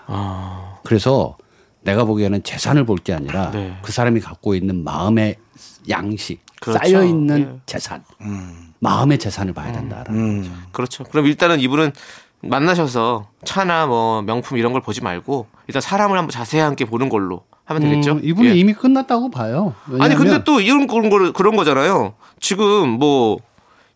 E: 그래서 내가 보기에는 재산을 볼 게 아니라
B: 아. 네.
E: 그 사람이 갖고 있는 마음의 양식,
B: 그렇죠.
E: 쌓여 있는
B: 예.
E: 재산, 마음의 재산을 봐야 된다라는 거죠.
B: 그렇죠. 그럼 일단은 이분은 만나셔서 차나 뭐 명품 이런 걸 보지 말고 일단 사람을 한번 자세하게 보는 걸로 하면 되겠죠.
E: 음, 이분이
B: 예.
E: 이미 끝났다고 봐요.
B: 아니 근데
E: 왜냐하면
B: 또 이런 그런 거 그런 거잖아요. 지금 뭐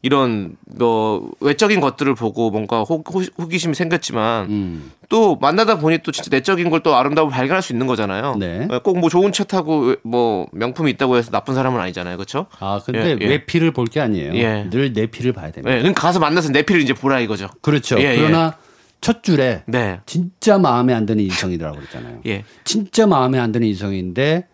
B: 이런 뭐 외적인 것들을 보고 뭔가 호, 기심이 생겼지만 또 만나다 보니 또 진짜 내적인 걸 또 아름다움을 발견할 수 있는 거잖아요.
E: 네.
B: 꼭 뭐 좋은 차 타고 뭐 명품이 있다고 해서 나쁜 사람은 아니잖아요. 그렇죠?
E: 아 근데
B: 예, 예.
E: 외피를 볼 게 아니에요.
B: 예.
E: 늘 내피를 봐야 됩니다.
B: 예, 그러니까 가서 만나서 내 피를 이제 보라 이거죠.
E: 그렇죠.
B: 예, 예.
E: 그러나 첫 줄에
B: 네.
E: 진짜 마음에 안 드는 이성이라고 그랬잖아요.
B: 예.
E: 진짜 마음에 안 드는 이성인데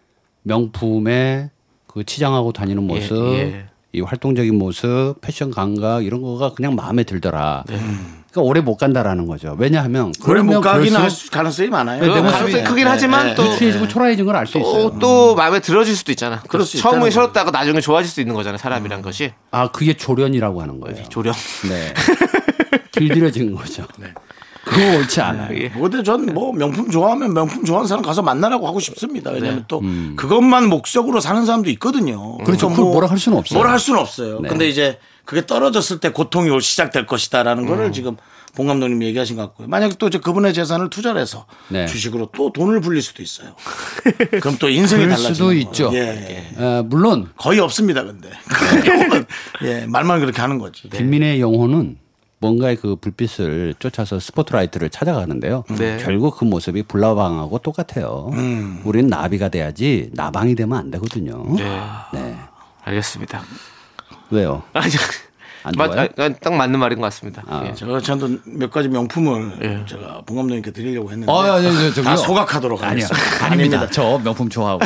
E: 명품에 그 치장하고 다니는 모습,
B: 예.
E: 이 활동적인 모습, 패션 감각 이런 거가 그냥 마음에 들더라. 그러니까 오래 못 간다라는 거죠. 왜냐하면
A: 원래 못
E: 그러면
A: 가긴 할
E: 그럴수록
A: 수- 가능성이 많아요.
B: 그
A: 네,
B: 가능성이
A: 네,
B: 크긴
A: 네,
B: 하지만
A: 네.
B: 또
E: 후치해지고 초라해진 걸 알 수 있어요.
B: 또, 또 마음에 들어질 수도 있잖아.
A: 그럴 수
B: 처음에
A: 있다는
B: 싫었다가 나중에 좋아질 수도 있는 거잖아. 사람이란 것이
E: 아 그게 조련이라고 하는 거예요.
B: 조령.
E: 네. 길들여진 거죠. 그거 옳지 않아요.
B: 예.
A: 뭐 근데 전 뭐 명품 좋아하면 명품 좋아하는 사람 가서 만나라고 하고 싶습니다.
E: 네.
A: 왜냐면 또 그것만 목적으로 사는 사람도 있거든요.
E: 음. 그렇죠.
A: 그러니까
E: 그걸 뭐라 할 수는 없어요. 네.
A: 뭐라 할 수는 없어요. 근데 이제 그게 떨어졌을 때 고통이 올 시작될
E: 음.
A: 것이다라는 거를 지금 봉 감독님 이 얘기하신 것 같고요. 만약에 또 이제 그분의 재산을 투자를 해서
E: 네.
A: 주식으로 또 돈을 불릴 수도 있어요. 그럼 또 인생이
E: 그럴
A: 달라지는
E: 수도
A: 거예요.
E: 있죠.
A: 예, 예.
E: 아, 물론
A: 거의 없습니다. 근데 그 경우는
E: 네.
A: 예, 말만 그렇게 하는 거지.
E: 빈민의 영혼은 뭔가의 그 불빛을 쫓아서 스포트라이트를 찾아가는데요.
A: 음.
B: 네.
E: 결국 그 모습이 불나방하고 똑같아요. 우리는 나비가 돼야지 나방이 되면 안 되거든요.
B: 네. 알겠습니다.
E: 왜요?
B: 아니,
E: 안
B: 맞,
E: 좋아요? 아.
B: 아, 딱 맞는 말인 것 같습니다. 예.
A: 제가 저도 몇 가지 명품을 제가 봉 감독님께 드리려고 했는데
E: 예. 아, 예, 예, 저기요.
A: 다 소각하도록
E: 아니요.
A: 하겠습니다.
E: 아닙니다. 저 명품 좋아하고.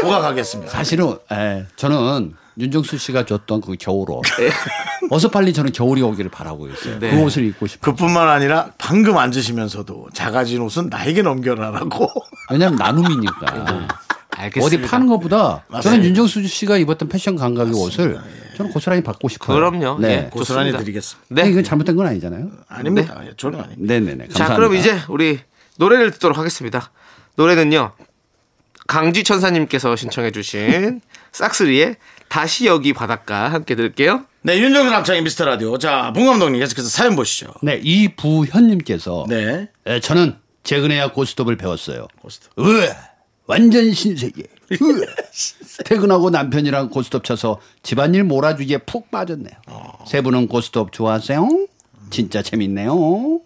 A: 소각하겠습니다.
E: 사실은 예, 저는 윤정수 씨가 줬던 그 겨울옷.
A: 네.
E: 어서 빨리 저는 겨울이 오기를 바라고 있어요. 그 옷을 입고 싶어요.
A: 그뿐만 아니라 방금 앉으시면서도 작아진 옷은 나에게 넘겨라라고.
E: 왜냐하면
A: 네.
E: 나눔이니까. 어디
B: 알겠습니다.
E: 파는 것보다 저는
A: 맞습니다. 예.
E: 윤정수 씨가 입었던 패션 감각의 옷을 저는 고스란히 받고 싶어요.
B: 그럼요.
E: 네.
B: 예.
A: 고스란히
B: 좋습니다.
A: 드리겠습니다.
E: 근데
B: 네.
E: 이건 잘못된 건 아니잖아요.
A: 아닙니다. 예, 저는 아닙니다.
E: 네네네. 감사합니다.
B: 자, 그럼 이제 우리 노래를 듣도록 하겠습니다. 노래는요. 강지천사님께서 신청해주신 싹스리의 다시 여기 바닷가 함께 들을게요.
A: 네, 윤정수 남창의 미스터 라디오. 자, 봉 감독님 계속해서 사연 보시죠.
E: 네 이부현님께서
A: 네.
E: 에, 저는 최근에야 고스톱을 배웠어요.
A: 고스톱.
E: 으, 완전 신세계. 으, 퇴근하고 남편이랑 고스톱 쳐서 집안일 몰아주기에 푹 빠졌네요.
A: 어.
E: 세 분은 고스톱 좋아하세요? 진짜 재밌네요.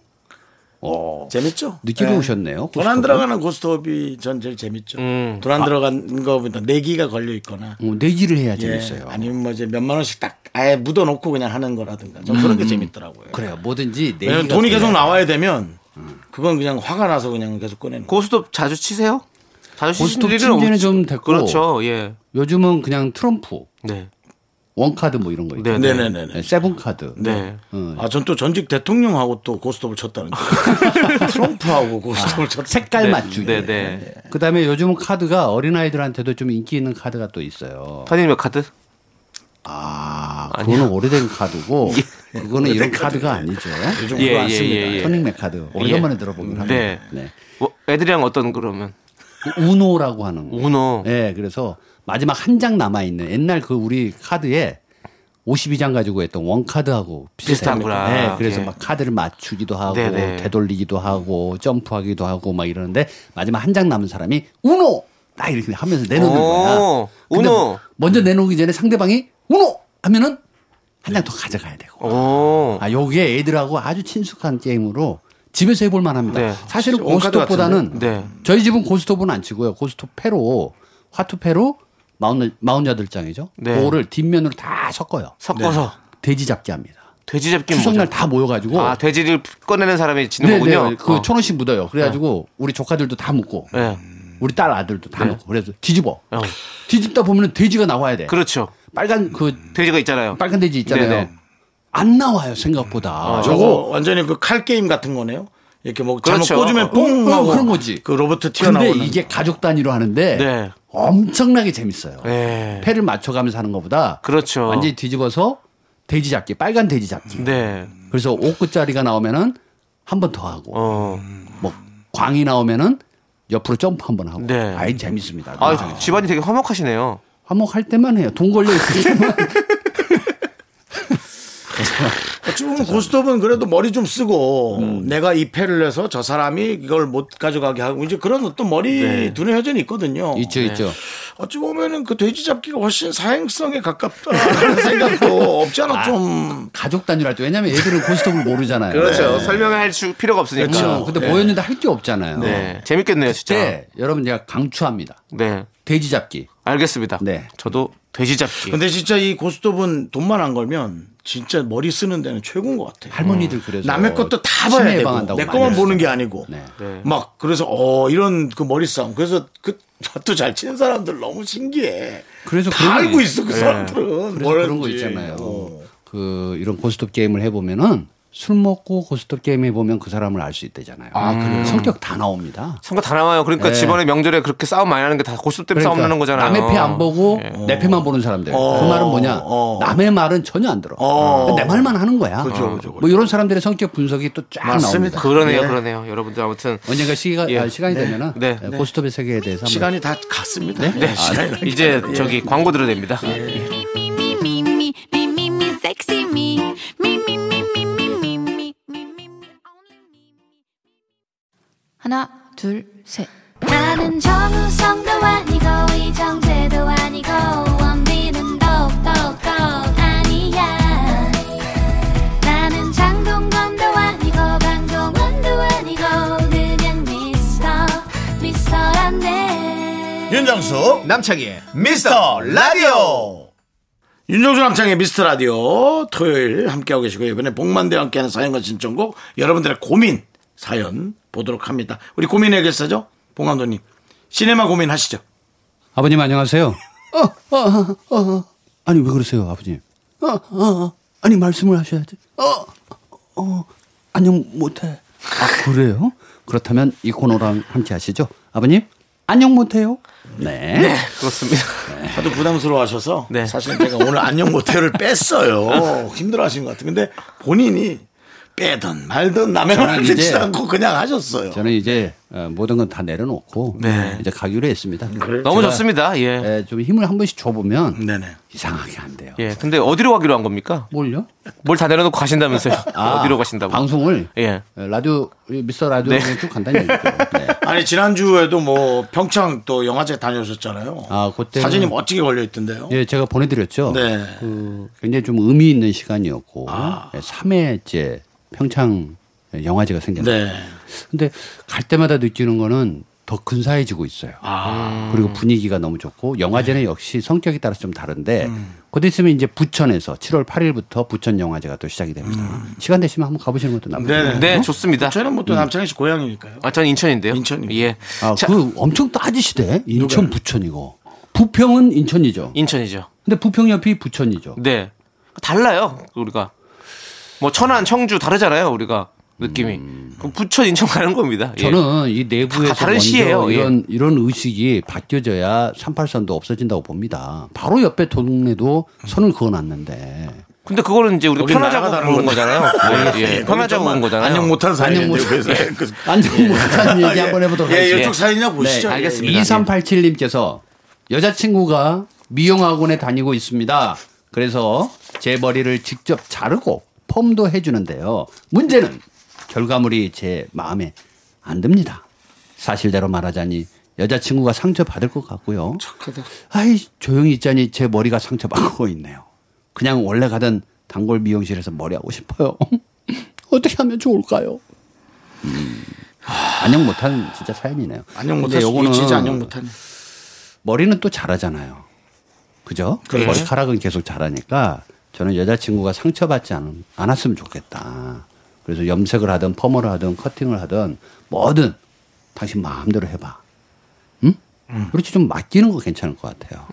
E: 어,
A: 재밌죠?
E: 늦게
A: 네.
E: 배우셨네요.
A: 돈 안
E: 고스톱을.
A: 들어가는 고스톱이 전 제일 재밌죠.
E: 음.
A: 돈 안 들어간 거보다 내기가 걸려 있거나.
E: 어, 내기를 해야
A: 예,
E: 재밌어요.
A: 아니면 뭐 이제 몇만 원씩 딱 아예 묻어놓고 그냥 하는 거라든가. 전 그런 게 재밌더라고요. 네,
E: 그래요. 뭐든지 내기가
A: 왜냐면 돈이 계속
E: 돼야-
A: 나와야 되면 음. 그건 그냥 화가 나서 그냥 계속 꺼내는 거.
B: 고스톱 자주 치세요? 자주
E: 고스톱
B: 치시는 일은
E: 친지는
B: 없-
E: 좀 됐고.
B: 그렇죠. 예.
E: 요즘은 그냥 트럼프,
B: 네.
E: 원카드 뭐 이런 거
B: 네.
E: 있죠.
A: 네네네.
E: 네, 세븐카드.
B: 네.
A: 아, 전 또 전직 대통령하고 또 고스톱을 쳤다는 거. 트럼프하고 고스톱을 쳤.
E: 색깔 맞추기.
B: 네, 네.
E: 그다음에 요즘은 카드가 어린아이들한테도 좀 인기 있는 카드가 또 있어요.
B: 파님 몇 카드?
E: 아, 그거는 오래된 카드고 그거는 이런 예. 카드가 아니죠.
A: 요즘
B: 예,
A: 그거 안
B: 예,
A: 씁니다.
B: 예, 예.
E: 터닝맥 카드. 오래간만에 들어보긴 합니다.
B: 네.
E: 네.
B: 어, 애들이랑 어떤 그러면?
E: 우노라고 하는 거.
B: 우노.
E: 예, 그래서 마지막 한 장 남아 있는 옛날 그 우리 카드에 52장 가지고 했던 원 카드하고
B: 비슷하구나.
E: 네, 그래서
B: 예.
E: 막 카드를 맞추기도 하고
B: 네네.
E: 되돌리기도 하고 점프하기도 하고 막 이러는데 마지막 한 장 남은 사람이 우노 딱 이렇게 하면서 내놓는 거야.
B: 오,
E: 근데
B: 우노.
E: 먼저 내놓기 전에 상대방이 우노 하면은 한 장 더 가져가야 되고.
B: 오.
E: 아, 요게 애들하고 아주 친숙한 게임으로 집에서 해볼 만합니다.
B: 네.
E: 사실은
A: 원가드
E: 고스톱보다는
B: 네.
E: 저희 집은 고스톱은 안 치고요. 고스톱패로 화투패로 마운 마운자들장이죠.
B: 네.
E: 그거를 뒷면으로 다 섞어요. 네.
B: 섞어서
E: 돼지 잡기 합니다.
B: 돼지 잡기
E: 추석날 다 모여가지고
B: 아 돼지를 꺼내는 사람이 지는
E: 어. 네,
B: 거군요.
E: 네, 그
B: 어.
E: 천원씩 묻어요. 그래가지고 우리 조카들도 다 묻고
B: 네.
E: 우리 딸 아들도 다 묻고 그래서 뒤집어.
B: 어.
E: 뒤집다 보면 돼지가 나와야 돼.
B: 그렇죠.
E: 빨간 그
B: 돼지가 있잖아요.
E: 빨간 돼지 있잖아요.
B: 네네. 아,
E: 안 나와요 생각보다.
A: 저거 완전히 그 칼 게임 같은 거네요. 이렇게 뭐 잘못
B: 그렇죠.
A: 꽂으면 뽕
E: 어,
A: 하고
E: 그런 거지.
A: 그 로버트
E: 근데
A: 튀어나오는.
E: 이게 가족 단위로 하는데
B: 네.
E: 엄청나게 재밌어요.
B: 네.
E: 패를 맞춰가면서 하는 것보다
B: 그렇죠.
E: 완전히 뒤집어서 돼지 잡기, 빨간 돼지 잡기.
B: 네.
E: 그래서 5구짜리가 나오면은 한 번 더 하고
B: 어.
E: 뭐 광이 나오면은 옆으로 점프 한 번 하고.
B: 네.
E: 아이 재밌습니다.
B: 아, 집안이 되게 화목하시네요.
E: 화목할 때만 해요. 돈 걸려 있을 때만.
A: 어찌 보면 고스톱은 그래도 머리 좀 쓰고 내가 이 패를 해서 저 사람이 이걸 못 가져가게 하고 이제 그런 어떤 머리 두뇌 회전이 있거든요.
E: 있죠, 있죠.
A: 어찌 보면은 그 돼지 잡기가 훨씬 사행성에 가깝다는 생각도 없지 않아 좀.
E: 가족 단위로 할 때. 왜냐면 애들은 고스톱을 모르잖아요.
B: 그렇죠. 네. 설명할 수- 필요가 없으니까.
E: 어, 근데 모였는데 할 게 없잖아요.
B: 네. 재밌겠네요, 진짜.
E: 그때 여러분 제가 강추합니다.
B: 네.
E: 돼지 잡기.
B: 알겠습니다.
E: 네.
B: 저도 돼지 잡기.
A: 근데 진짜 이 고스톱은 돈만 안 걸면 진짜 머리 쓰는 데는 최고인 것 같아요.
E: 할머니들 그래서
A: 어. 남의 것도 다
E: 치매
A: 봐야 되고
E: 예방한다고
A: 내
E: 많이
A: 것만
E: 했어요.
A: 보는 게 아니고
E: 네.
A: 막 그래서 어 이런 그 머리 싸움 그래서 그 밭도 잘 치는 사람들 너무 신기해.
E: 그래서
A: 다
E: 그런 거
A: 알고
E: 있- 네.
A: 있어 그 사람들은
E: 그래서 그런 거
A: 뭐라는지.
E: 있잖아요.
A: 어.
E: 그 이런 고스톱 게임을 해보면은 술 먹고 고스톱 게임 해보면 그 사람을 알 수 있대잖아요. 아, 그래요? 성격 다 나옵니다.
B: 선거 다 나와요. 그러니까 집안에 명절에 그렇게 싸움 많이 하는 게 다 고스톱 때문에 싸움 나는 거잖아요.
E: 네. 그러니까.
B: 예.
E: 남의 패 안 보고 내 패만 보는 사람들. 그 말은 뭐냐?
A: 어.
E: 남의 말은 전혀 안 들어.
A: 어.
E: 내 말만 하는 거야.
A: 그죠, 그죠,
E: 뭐 이런 사람들의 성격 분석이 또 쫙 나옵니다.
B: 그러네요, 그러네요. 여러분들 아무튼
E: 언젠가 시기가
B: 예.
E: 아, 시간이 되면은 예,
B: 네.
E: 고스톱의 세계에 대해서 한번
A: 시간이 다 갔습니다.
E: 예.
A: 네, 시간이
E: 아,
A: 다
B: 이제 저기 광고 들어야 됩니다.
C: me, me, me, me, me, sexy me. Me, me, me, me, me, me, me, me, me, me, only me.
F: 하나, 둘, 셋.
C: 나는 정우성도 아니고 이정재도 아니고 원빈은 더욱더 아니야 나는 장동건도 아니고 강동원도 아니고 그냥 미스터 미스터란데
A: 윤정수
G: 남창희의 미스터 라디오
A: 윤정수 남창의 미스터 라디오 토요일 함께하고 계시고요. 이번에 복만대와 함께하는 사연과 신청곡 여러분들의 고민 사연 보도록 합니다. 우리 고민 해결사죠? 봉감독님. 시네마 고민하시죠.
E: 아버님 안녕하세요. 어, 어, 어, 어. 아니 왜 그러세요, 아버님? 어, 어, 어. 아니 말씀을 하셔야지. 어, 어, 안녕 못해. 아 그래요? 그렇다면 이 코너랑 함께 하시죠, 아버님? 안녕 못해요? 네.
B: 그렇습니다.
A: 다들 부담스러워하셔서
B: 네.
A: 사실 제가 오늘 안녕 모텔을 뺐어요. 힘들어하신 것 같아요. 근데 본인이 빼든 말든 남의 말
E: 저는
A: 듣지
E: 이제-
A: 않고 그냥 하셨어요.
E: 저는 이제 어, 모든 건 다 내려놓고
B: 네.
E: 이제 가기로 했습니다.
B: 너무 좋습니다. 예.
E: 예, 좀 힘을 한 번씩 줘보면
A: 네네.
E: 이상하게 안 돼요.
B: 예. 근데 어디로 가기로 한 겁니까?
E: 뭘요?
B: 뭘 다 내려놓고 가신다면서요?
E: 아,
B: 어디로 가신다고?
E: 방송을
B: 예.
E: 예, 라디오 미스터 라디오에 쭉 간다는 얘기죠. 네.
A: 아니 지난주에도 뭐 평창 또 영화제 다녀오셨잖아요.
E: 아, 그때는-
A: 사진이 멋지게 걸려 있던데요.
E: 예, 제가 보내드렸죠.
A: 네.
E: 그 굉장히 좀 의미 있는 시간이었고
A: 아.
E: 예, 3회째 평창 영화제가 생겼어요.
A: 네.
E: 근데 갈 때마다 느끼는 거는 더 근사해지고 있어요.
A: 아.
E: 그리고 분위기가 너무 좋고 영화제는
A: 네.
E: 역시 성격에 따라서 좀 다른데
A: 음.
E: 곧 있으면 이제 부천에서 7월 8일부터 부천 영화제가 또 시작이 됩니다. 시간 되시면 한번 가보시는 것도 나쁘지 않아요.
A: 음. 네네.
B: 네, 좋습니다.
A: 저는 뭐 또 남창희 씨 고향이니까요.
B: 아, 전 인천인데요.
A: 인천입니다.
B: 예.
E: 아,
B: 자,
E: 그 엄청 따지시대. 인천 부천이고 부평은 인천이죠.
B: 인천이죠.
E: 근데 부평 옆이 부천이죠.
B: 네. 달라요, 우리가. 뭐, 천안, 청주 다르잖아요, 우리가. 느낌이. 그럼 부천, 인천 가는 겁니다. 예.
E: 저는 이 내부에서
B: 다 다른
E: 먼저
B: 시예요, 예.
E: 이런 이런 의식이 바뀌어져야 383도 없어진다고 봅니다. 바로 옆에 동네도 선을 그어놨는데
B: 근데 그거는 이제 우리가
A: 거긴
B: 편하자고
A: 나라가 다른
B: 그런 거잖아요. 예, 예. 편하자고 그런 거잖아요.
A: 안녕 못한 사이인데 그래서 그-
E: 안정 못한 얘기 한번 해보도록
A: 예,
E: 하겠습니다.
A: 이쪽 사연이나 보시죠.
B: 네, 알겠습니다.
E: 2387님께서 여자친구가 미용학원에 다니고 있습니다. 그래서 제 머리를 직접 자르고 펌도 해주는데요. 문제는 결과물이 제 마음에 안 듭니다. 사실대로 말하자니 여자친구가 상처받을 것 같고요.
A: 네.
E: 아이 조용히 있자니 제 머리가 상처받고 있네요. 그냥 원래 가던 단골 미용실에서 머리하고 싶어요. 어떻게 하면 좋을까요? 음, 아, 안녕 못하는 진짜 사연이네요.
A: 안녕
E: 근데
A: 못할 수도
E: 요거는
A: 있지 안녕 못하네.
E: 머리는 또 자라잖아요. 그죠?
A: 그렇죠.
E: 머리카락은 계속 자라니까 저는 여자친구가 상처받지 않, 않았으면 좋겠다. 그래서 염색을 하든 펌을 하든 커팅을 하든 뭐든 당신 마음대로 해봐. 응? 그렇지 좀 맡기는 거 괜찮을 것 같아요.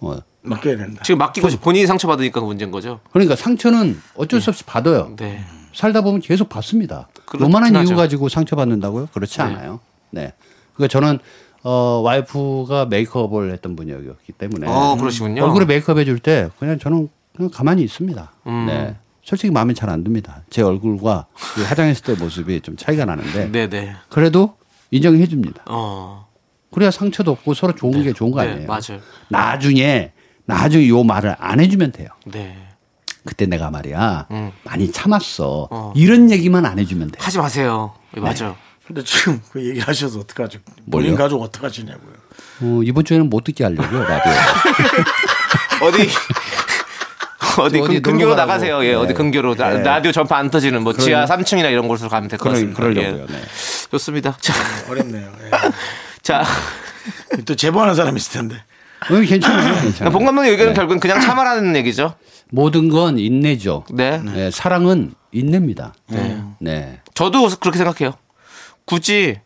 E: 어,
A: 맡겨야 된다.
B: 지금 맡기고 싶- 본인이 상처받으니까 그 문제인 거죠.
E: 그러니까 상처는 어쩔 수 없이 받아요.
B: 네.
E: 살다 보면 계속 받습니다.
B: 그렇긴
E: 요만한
B: 하죠.
E: 이유 가지고 상처받는다고요? 그렇지 않아요. 네. 그러니까 저는 어, 와이프가 메이크업을 했던 분이었기 때문에
B: 어, 그러시군요.
E: 얼굴에 메이크업 해줄 때 그냥 저는 그냥 가만히 있습니다.
B: 음.
E: 네. 솔직히 마음에 잘 안 듭니다. 제 얼굴과 그 화장했을 때 모습이 좀 차이가 나는데
B: 네네.
E: 그래도 인정해 줍니다.
B: 어.
E: 그래야 상처도 없고 서로 좋은 게 좋은 거
B: 네,
E: 아니에요.
B: 맞아요.
E: 나중에 나중에 요 말을 안 해주면 돼요.
B: 네.
E: 그때 내가 말이야
B: 음.
E: 많이 참았어 이런 얘기만 안 해주면 돼.
B: 하지 마세요. 네, 맞아요.
A: 근데 지금 그 얘기를 하셔서 어떡하죠? 본인
E: 뭘요?
A: 가족 어떡하시냐고요.
E: 어, 이번 주에는 못 듣게 하려고요 라디오.
B: 어디 어디
E: 어디
B: 근, 교로
E: 놀러 가고.
B: 나가세요. 예, 어디
E: 네.
B: 근교로 라-
E: 네. 그러니까.
B: 라디오 전파 안 터지는 뭐 지하 3층이나 이런 곳으로 가면 될 것 같습니다.
E: 그러려고요.
B: 예.
E: 네.
B: 좋습니다. 자,
A: 어렵네요.
B: 자.
A: 예. 또 제보하는 사람 있을 텐데.
E: 어, 괜찮아요. 괜찮아요.
B: 그러니까 본 감독님
E: 네.
B: 의견은 결국은 그냥 참아라는 얘기죠.
E: 모든 건 인내죠.
B: 네.
E: 네, 사랑은 인내입니다. 네.
B: 저도 그렇게 생각해요. 굳이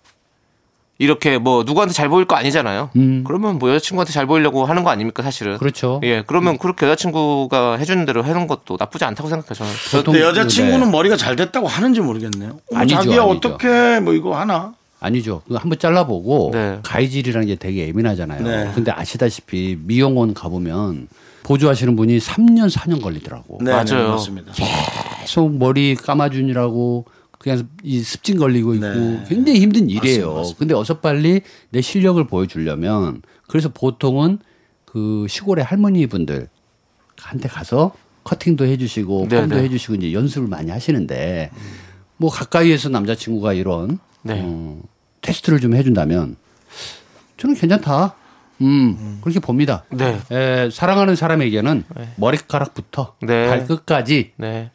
B: 이렇게 뭐 누구한테 잘 보일 거 아니잖아요. 그러면 뭐 여자친구한테 잘 보이려고 하는 거 아닙니까 사실은.
E: 음. 그렇죠.
B: 예, 그러면 그렇게 여자친구가 해주는 대로 해는 것도 나쁘지 않다고 생각해요. 저는. 저-
E: 보통- 네,
A: 근데 여자친구는 뭐- 머리가 잘 됐다고 하는지 모르겠네요. 어머,
E: 아니죠,
A: 자기야
E: 아니죠.
A: 어떻게 뭐 이거 하나?
E: 아니죠. 그거 한번 잘라보고
B: 네.
E: 가이질이라는 게 되게 예민하잖아요.
A: 네.
E: 근데 아시다시피 미용원 가보면 보조하시는 분이 3년 4년 걸리더라고.
A: 네,
B: 맞아요.
A: 맞습니다.
E: 계속 머리 감아주느라고 그냥 이 습진 걸리고 있고
B: 네.
E: 굉장히 힘든 일이에요. 근데 어서 빨리 내 실력을 보여주려면 그래서 보통은 그 시골의 할머니분들 한테 가서 커팅도 해주시고
B: 네,
E: 펌도
B: 네.
E: 해주시고 이제 연습을 많이 하시는데 뭐 가까이에서 남자친구가 이런
B: 네.
E: 어, 테스트를 좀 해준다면 저는 괜찮다. 음, 그렇게 봅니다.
B: 네.
E: 에, 사랑하는 사람에게는 머리카락부터
B: 네.
E: 발끝까지
B: 네.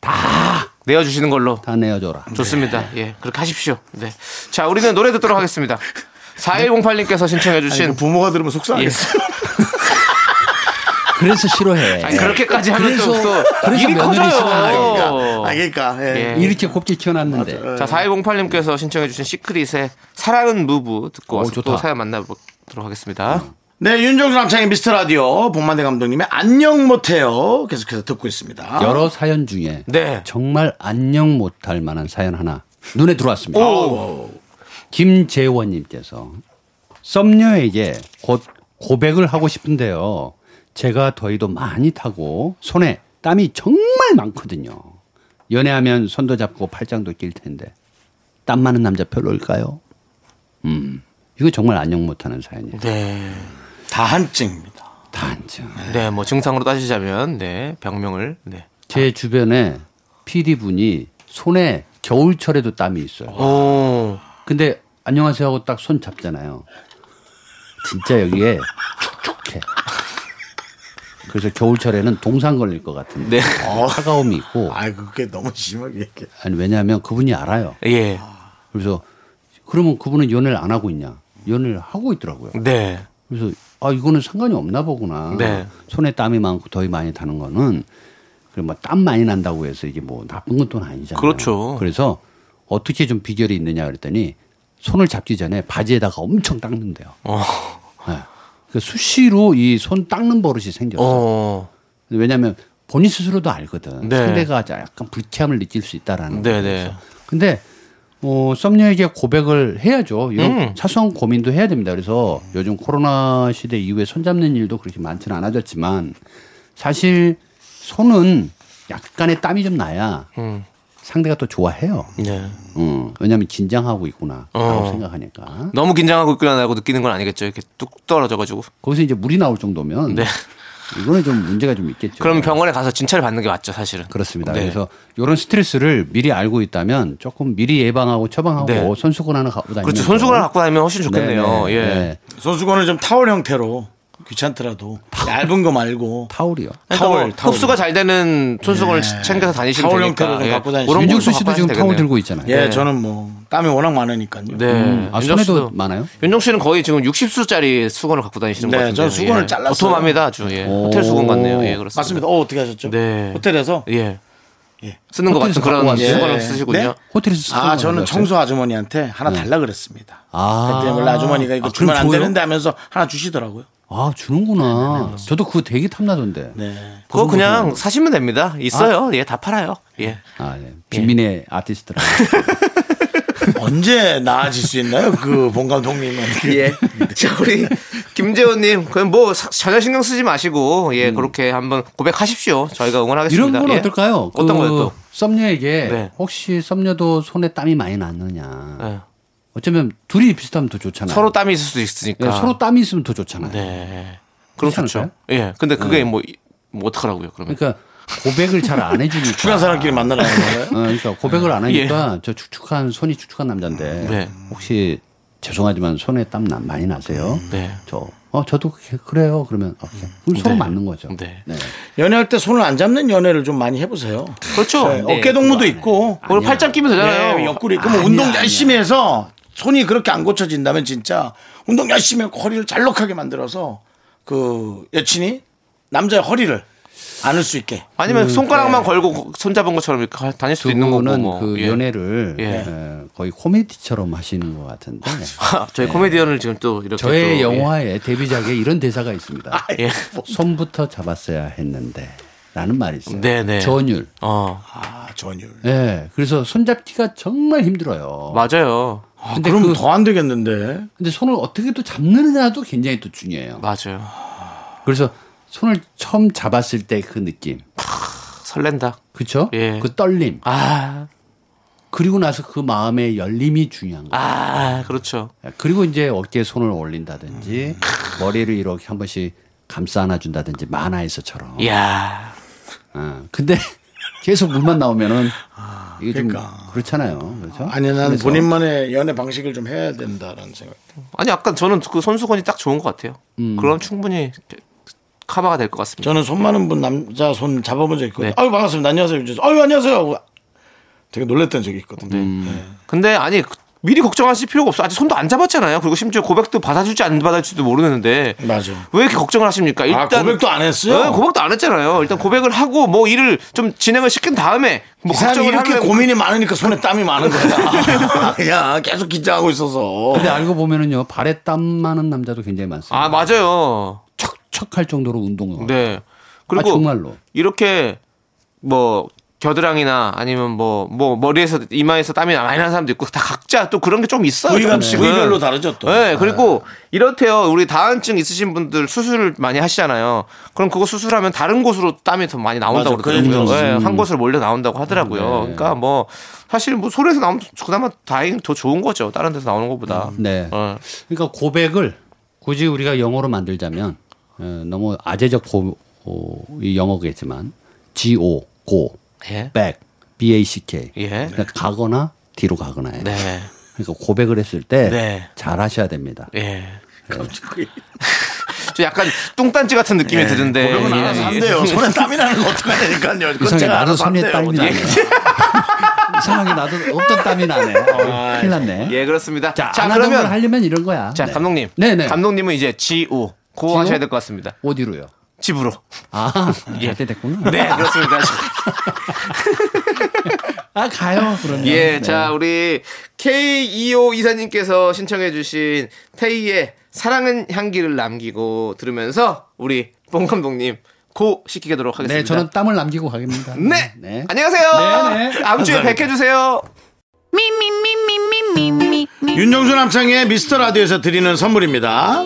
B: 다 내어주시는 걸로.
E: 다 내어줘라.
B: 좋습니다. 예, 그렇게 하십시오. 네. 자, 우리는 노래 듣도록 하겠습니다. 4108님께서 신청해주신. 예.
A: 아니, 그 부모가 들으면 속상하겠어.
E: 아, 그래서 싫어해.
B: 아니, 그렇게까지 하면 또,
E: 그래서-
B: 또
E: 그래서
B: 일이
E: 며느리
B: 커져요.
A: 그러니까. 아, 그러니까. 예.
B: 예.
E: 이렇게 곱지 튀어났는데.
B: 자, 4108님께서 신청해주신 시크릿의 사랑은 무브 듣고 와서 또
E: 좋다.
B: 사연 만나보도록 하겠습니다.
A: 네, 윤정수 남창의 미스터 라디오 복만대 감독님의 안녕 못해요 계속해서 듣고 있습니다.
E: 여러 사연 중에
B: 네.
E: 정말 안녕 못할 만한 사연 하나 눈에 들어왔습니다.
B: 오!
E: 김재원님께서 썸녀에게 곧 고백을 하고 싶은데요. 제가 더위도 많이 타고 손에 땀이 정말 많거든요. 연애하면 손도 잡고 팔짱도 낄 텐데 땀 많은 남자 별로일까요? 음, 이거 정말 안녕 못하는 사연이에요.
B: 네.
A: 다한증입니다.
E: 단증.
B: 네, 뭐 증상으로 따지자면, 네, 병명을. 네.
E: 제 주변에 PD 분이 손에 겨울철에도 땀이 있어요.
B: 오.
E: 근데 안녕하세요 하고 딱 손 잡잖아요. 진짜 여기에 촉촉해. 그래서 겨울철에는 동상 걸릴 것 같은데
B: 네.
E: 차가움이 있고
A: 아, 그게 너무 심하게 얘기해.
E: 아니 왜냐하면 그분이 알아요.
B: 예.
E: 그래서 그러면 그분은 연애를 안 하고 있냐? 연애를 하고 있더라고요.
B: 네.
E: 그래서 아 이거는 상관이 없나 보구나.
B: 네.
E: 손에 땀이 많고 더위 많이 타는 거는 그럼 뭐땀 많이 난다고 해서 이게 뭐 나쁜 건 또 아니잖아요.
B: 그렇죠.
E: 그래서 어떻게 좀 비결이 있느냐 그랬더니 손을 잡기 전에 바지에다가 엄청 닦는데요.
B: 어.
E: 네. 그 수시로 이 손 닦는 버릇이 생겼어요.
B: 어.
E: 왜냐하면 본인 스스로도 알거든.
B: 네.
E: 상대가 약간 불쾌함을 느낄 수 있다라는
B: 네,
E: 거죠.
B: 네.
E: 근데 어, 썸녀에게 고백을 해야죠. 이런
B: 음.
E: 사소한 고민도 해야 됩니다. 그래서 요즘 코로나 시대 이후에 손잡는 일도 그렇게 많지는 않아졌지만 사실 손은 약간의 땀이 좀 나야
B: 음.
E: 상대가 또 좋아해요.
B: 네.
E: 음, 왜냐하면 긴장하고 있구나라고
B: 어.
E: 생각하니까
B: 너무 긴장하고 있구나라고 느끼는 건 아니겠죠. 이렇게 뚝 떨어져가지고.
E: 거기서 이제 물이 나올 정도면
B: 네.
E: 이거는 좀 문제가 좀 있겠죠.
B: 그럼 병원에 가서 진찰을 받는 게 맞죠, 사실은.
E: 그렇습니다.
B: 네.
E: 그래서 이런 스트레스를 미리 알고 있다면 조금 미리 예방하고 처방하고
B: 네.
E: 손수건 하나 갖고 다니면
B: 그렇죠. 손수건을 갖고 다니면 훨씬 좋겠네요.
E: 네, 네,
B: 예.
E: 네.
A: 손수건을 좀 타월 형태로 귀찮더라도 얇은 거 말고
E: 타올이요.
A: 타월,
B: 뭐
A: 타월.
B: 흡수가 잘 되는 손수건을
A: 예.
B: 챙겨서 다니시면
A: 타월
B: 되니까. 예.
A: 형태로 좀 갖고 다니시면
B: 그런
E: 윤정수
B: 걸로
E: 네. 씨도 지금
B: 바꿔야
E: 타올
B: 되겠네요.
E: 들고 있잖아요.
A: 예, 저는 뭐 땀이 워낙 많으니까요. 음.
B: 네.
E: 아,
B: 윤정수
E: 손에도
B: 씨도-
E: 많아요?
B: 윤정 씨는 거의 지금 60수짜리 수건을 갖고 다니시는
A: 네,
B: 것 같은데.
A: 저는 수건을 잘랐어요.
B: 도톰합니다, 아주. 예. 호텔 수건 같네요. 예, 그렇습니다.
A: 맞습니다. 어, 어떻게 하셨죠?
B: 네.
A: 호텔에서
B: 예.
A: 예.
B: 쓰는 것
E: 호텔에서
B: 같은 그런
E: 갖고 왔어요.
B: 수건을
A: 예.
B: 쓰시군요.
E: 호텔에서 쓰는
A: 아,
E: 거
A: 저는
E: 아니었어요?
A: 청소 아주머니한테 하나 달라 그랬습니다.
E: 아.
A: 그때 원래 아주머니가 이거
E: 아, 그럼
A: 주면 안
E: 줘요?
A: 되는데 하면서 하나 주시더라고요.
E: 아
B: 네,
E: 주는구나. 저도 그거 되게 탐나던데.
A: 네.
B: 그거 그냥 사시면 됩니다. 있어요. 예, 다 팔아요. 예.
E: 아 예. 빈민의 아티스트라.
A: 언제 나아질 수 있나요? 그 봉 감독님은.
B: 예.
E: 네.
B: 자, 우리 김재호님, 그냥 뭐 사- 전혀 신경 쓰지 마시고, 예, 그렇게 한번 고백하십시오. 저희가 응원하겠습니다.
E: 음. 이런 건
B: 예.
E: 어떨까요?
B: 어떤
E: 그
B: 거요 또?
E: 썸녀에게
B: 네.
E: 혹시 썸녀도 손에 땀이 많이 났느냐.
B: 예.
E: 어쩌면 둘이 비슷하면 더 좋잖아요.
B: 서로 땀이 있을 수 있으니까.
E: 예, 서로 땀이 있으면 더 좋잖아요.
B: 네. 그럼 좋죠.
E: 괜찮을까요? 네.
B: 예. 근데 그게 뭐, 이- 뭐 어떡하라고요, 그러면.
E: 그러니까 고백을 잘 안 해주니까.
A: 추한 사람끼리 만나라는 거예요?
E: 어, 그러니까 고백을 안 하니까 저 축축한 손이 축축한 남자인데
B: 네.
E: 혹시 죄송하지만 손에 땀 나- 많이 나세요?
B: 네.
E: 저, 어, 저도 그- 그래요. 그러면 어, 그럼 서로
B: 네.
E: 맞는 거죠.
B: 네.
A: 연애할 때 손을 안 잡는 연애를 좀 많이 해보세요.
B: 그렇죠.
A: 네, 어깨 동무도 있고,
B: 그리고 팔짱 끼면 되잖아요.
A: 네, 옆구리 있고, 뭐 운동 열심히 해서 손이 그렇게 안 고쳐진다면 진짜 운동 열심히 하고 허리를 잘록하게 만들어서 그 여친이 남자의 허리를 안을 수 있게.
B: 아니면 손가락만 걸고 손 잡은 것처럼 이렇게 가- 다닐 수도
E: 그, 네. 두
B: 있는 거고.
E: 분은
B: 뭐.
E: 그
B: 예.
E: 연애를
B: 예.
E: 어, 거의 코미디처럼 하시는 것 같은데
B: 아, 저희 코미디언을 지금 또 이렇게
E: 네. 저의
B: 또,
E: 영화의 데뷔작에 이런 대사가 있습니다.
B: 예. 예.
E: 손부터 잡았어야 했는데 라는 말이 있어요.
B: 네네.
E: 전율.
B: 어
A: 아, 전율.
E: 예. 그래서 손잡기가 정말 힘들어요.
B: 맞아요.
A: 아,
E: 근데
A: 그럼
E: 그-
A: 더 안 되겠는데.
E: 근데 손을 어떻게 또 잡느냐도 굉장히 또 중요해요.
B: 맞아요.
E: 그래서 손을 처음 잡았을 때 그 느낌.
B: 설렌다.
E: 그쵸?
B: 예.
E: 그 떨림.
B: 아,
E: 그리고 나서 그 마음의 열림이 중요한 거예요.
B: 아, 그렇죠.
E: 그리고 이제 어깨에 손을 올린다든지 머리를 이렇게 한 번씩 감싸 안아준다든지 만화에서처럼.
B: 예. 이야.
E: 아, 근데 계속 물만 나오면은 이게 좀
A: 그러니까.
E: 그렇잖아요. 그렇죠?
A: 아니, 난
E: 그래서
A: 본인만의 연애 방식을 좀 해야 된다라는 생각.
B: 아니, 아까 저는 그 손수건이 딱 좋은 것 같아요.
A: 음.
B: 그럼 충분히 커버가 될 것 같습니다.
A: 저는 손 많은 분 남자 손 잡아본 적이 있거든요.
B: 네.
A: 아유, 반갑습니다. 안녕하세요. 이러면서, 아유, 안녕하세요. 하고 되게 놀랬던 적이 있거든요. 네.
B: 근데 아니 그- 미리 걱정하실 필요가 없어. 아직 손도 안 잡았잖아요. 그리고 심지어 고백도 받아줄지 안 받아줄지도 모르는데.
A: 맞아. 아,
B: 왜 이렇게 걱정을 하십니까? 일단
A: 고백도 안 했어요? 네.
B: 네, 고백도 안 했잖아요. 일단 고백을 하고 뭐 일을 좀 진행을 시킨 다음에 뭐
A: 이 사람이
B: 걱정을
A: 이렇게
B: 하려면
A: 고민이 많으니까 손에 땀이 많은 거야. 그냥 계속 긴장하고 있어서.
E: 근데 알고 보면은요 발에 땀 많은 남자도 굉장히 많습니다.
B: 아 맞아요.
E: 척척할 정도로 운동을.
B: 네.
E: 그리고
B: 그리고
E: 아, 정말로.
B: 이렇게 뭐 겨드랑이나 아니면 뭐 뭐 머리에서 이마에서 땀이 많이 나는 사람도 있고 다 각자 또 그런 게 좀 있어요.
A: 부위가
B: 조금씩은.
A: 부위별로 다르죠, 또.
B: 네, 그리고 이렇대요. 우리 다한증 있으신 분들 수술을 많이 하시잖아요. 그럼 그거 수술하면 다른 곳으로 땀이 더 많이
A: 맞아,
B: 나온다고
A: 그
B: 그러더라고요.
A: 얘기도
B: 네, 한 곳으로 몰려 나온다고 하더라고요.
A: 음.
B: 그러니까 뭐 사실 뭐 소리에서 나오면 그나마 다행히 더 좋은 거죠. 다른 데서 나오는 것보다.
A: 음.
E: 네.
B: 어.
E: 그러니까 고백을 굳이 우리가 영어로 만들자면 어, 너무 아재적 고, 어, 이 영어겠지만 G O 고
B: 예.
E: back B A C K.
B: 예.
A: 네.
E: 그러니까 가거나 뒤로 가거나요.
B: 네.
E: 그러니까 고백을 했을 때
B: 네.
E: 잘하셔야 됩니다.
B: 예. 저 약간 뚱딴지 같은 느낌이 드는데.
A: 네. 고백은
B: 예,
A: 알아서
B: 예.
A: 한대요. 손에 땀이 나는 거 어떡해야 되니까요. 그건
E: 이상하게
A: 제가
E: 나도
A: 알아서
E: 손에
A: 한대요.
E: 땀이 나네. 이상하게 나도 없던 땀이 나네. 어, 큰일 났네.
B: 예, 그렇습니다.
E: 자,
B: 자,
E: 안 하던 걸
B: 그러면
E: 하려면 이런 거야.
B: 자,
E: 네.
B: 감독님.
E: 네네.
B: 감독님은 이제 지오 고
E: 지오?
B: 하셔야 될 것 같습니다.
E: 어디로요?
B: 집으로.
E: 아,
B: 예.
E: 갈 때 됐구나.
B: 네, 그렇습니다.
E: 아, 가요. 그러면.
B: 예,
E: 네.
B: 자, 우리 K25 이사님께서 신청해주신 태희의 사랑은 향기를 남기고 들으면서 우리 뽕 감독님 고 시키도록 하겠습니다.
E: 네, 저는 땀을 남기고 가겠습니다.
B: 네.
E: 네.
B: 안녕하세요.
E: 네, 네.
B: 다음 주에 뵙해주세요.
C: Me, me, me, me, me, me, me, me.
A: 윤정수 남창의 미스터 라디오에서 드리는 선물입니다.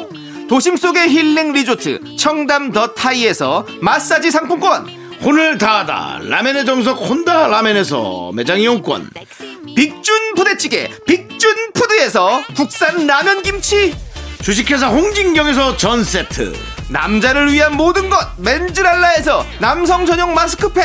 B: 도심 속의 힐링 리조트 청담 더 타이에서 마사지 상품권
A: 혼을 다하다. 라멘의 정석 혼다 라멘에서 매장 이용권.
C: Sexy me.
B: 빅준 부대찌개 빅준 푸드에서 국산 라면 김치
A: 주식회사 홍진경에서 전 세트.
B: 남자를 위한 모든 것 맨즈랄라에서 남성 전용 마스크팩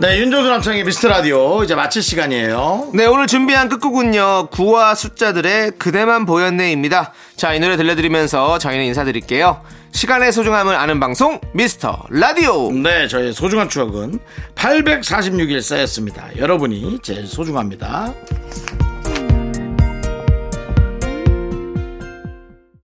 A: 네 윤종수 남창의 미스터라디오 이제 마칠 시간이에요
B: 네, 오늘 준비한 끝곡은요. 구와 숫자들의 그대만 보였네입니다. 자, 이 노래 들려드리면서 저희는 인사드릴게요. 시간의 소중함을 아는 방송, 미스터 라디오.
A: 네 저의 소중한 추억은 846일 쌓였습니다 여러분이 제일 소중합니다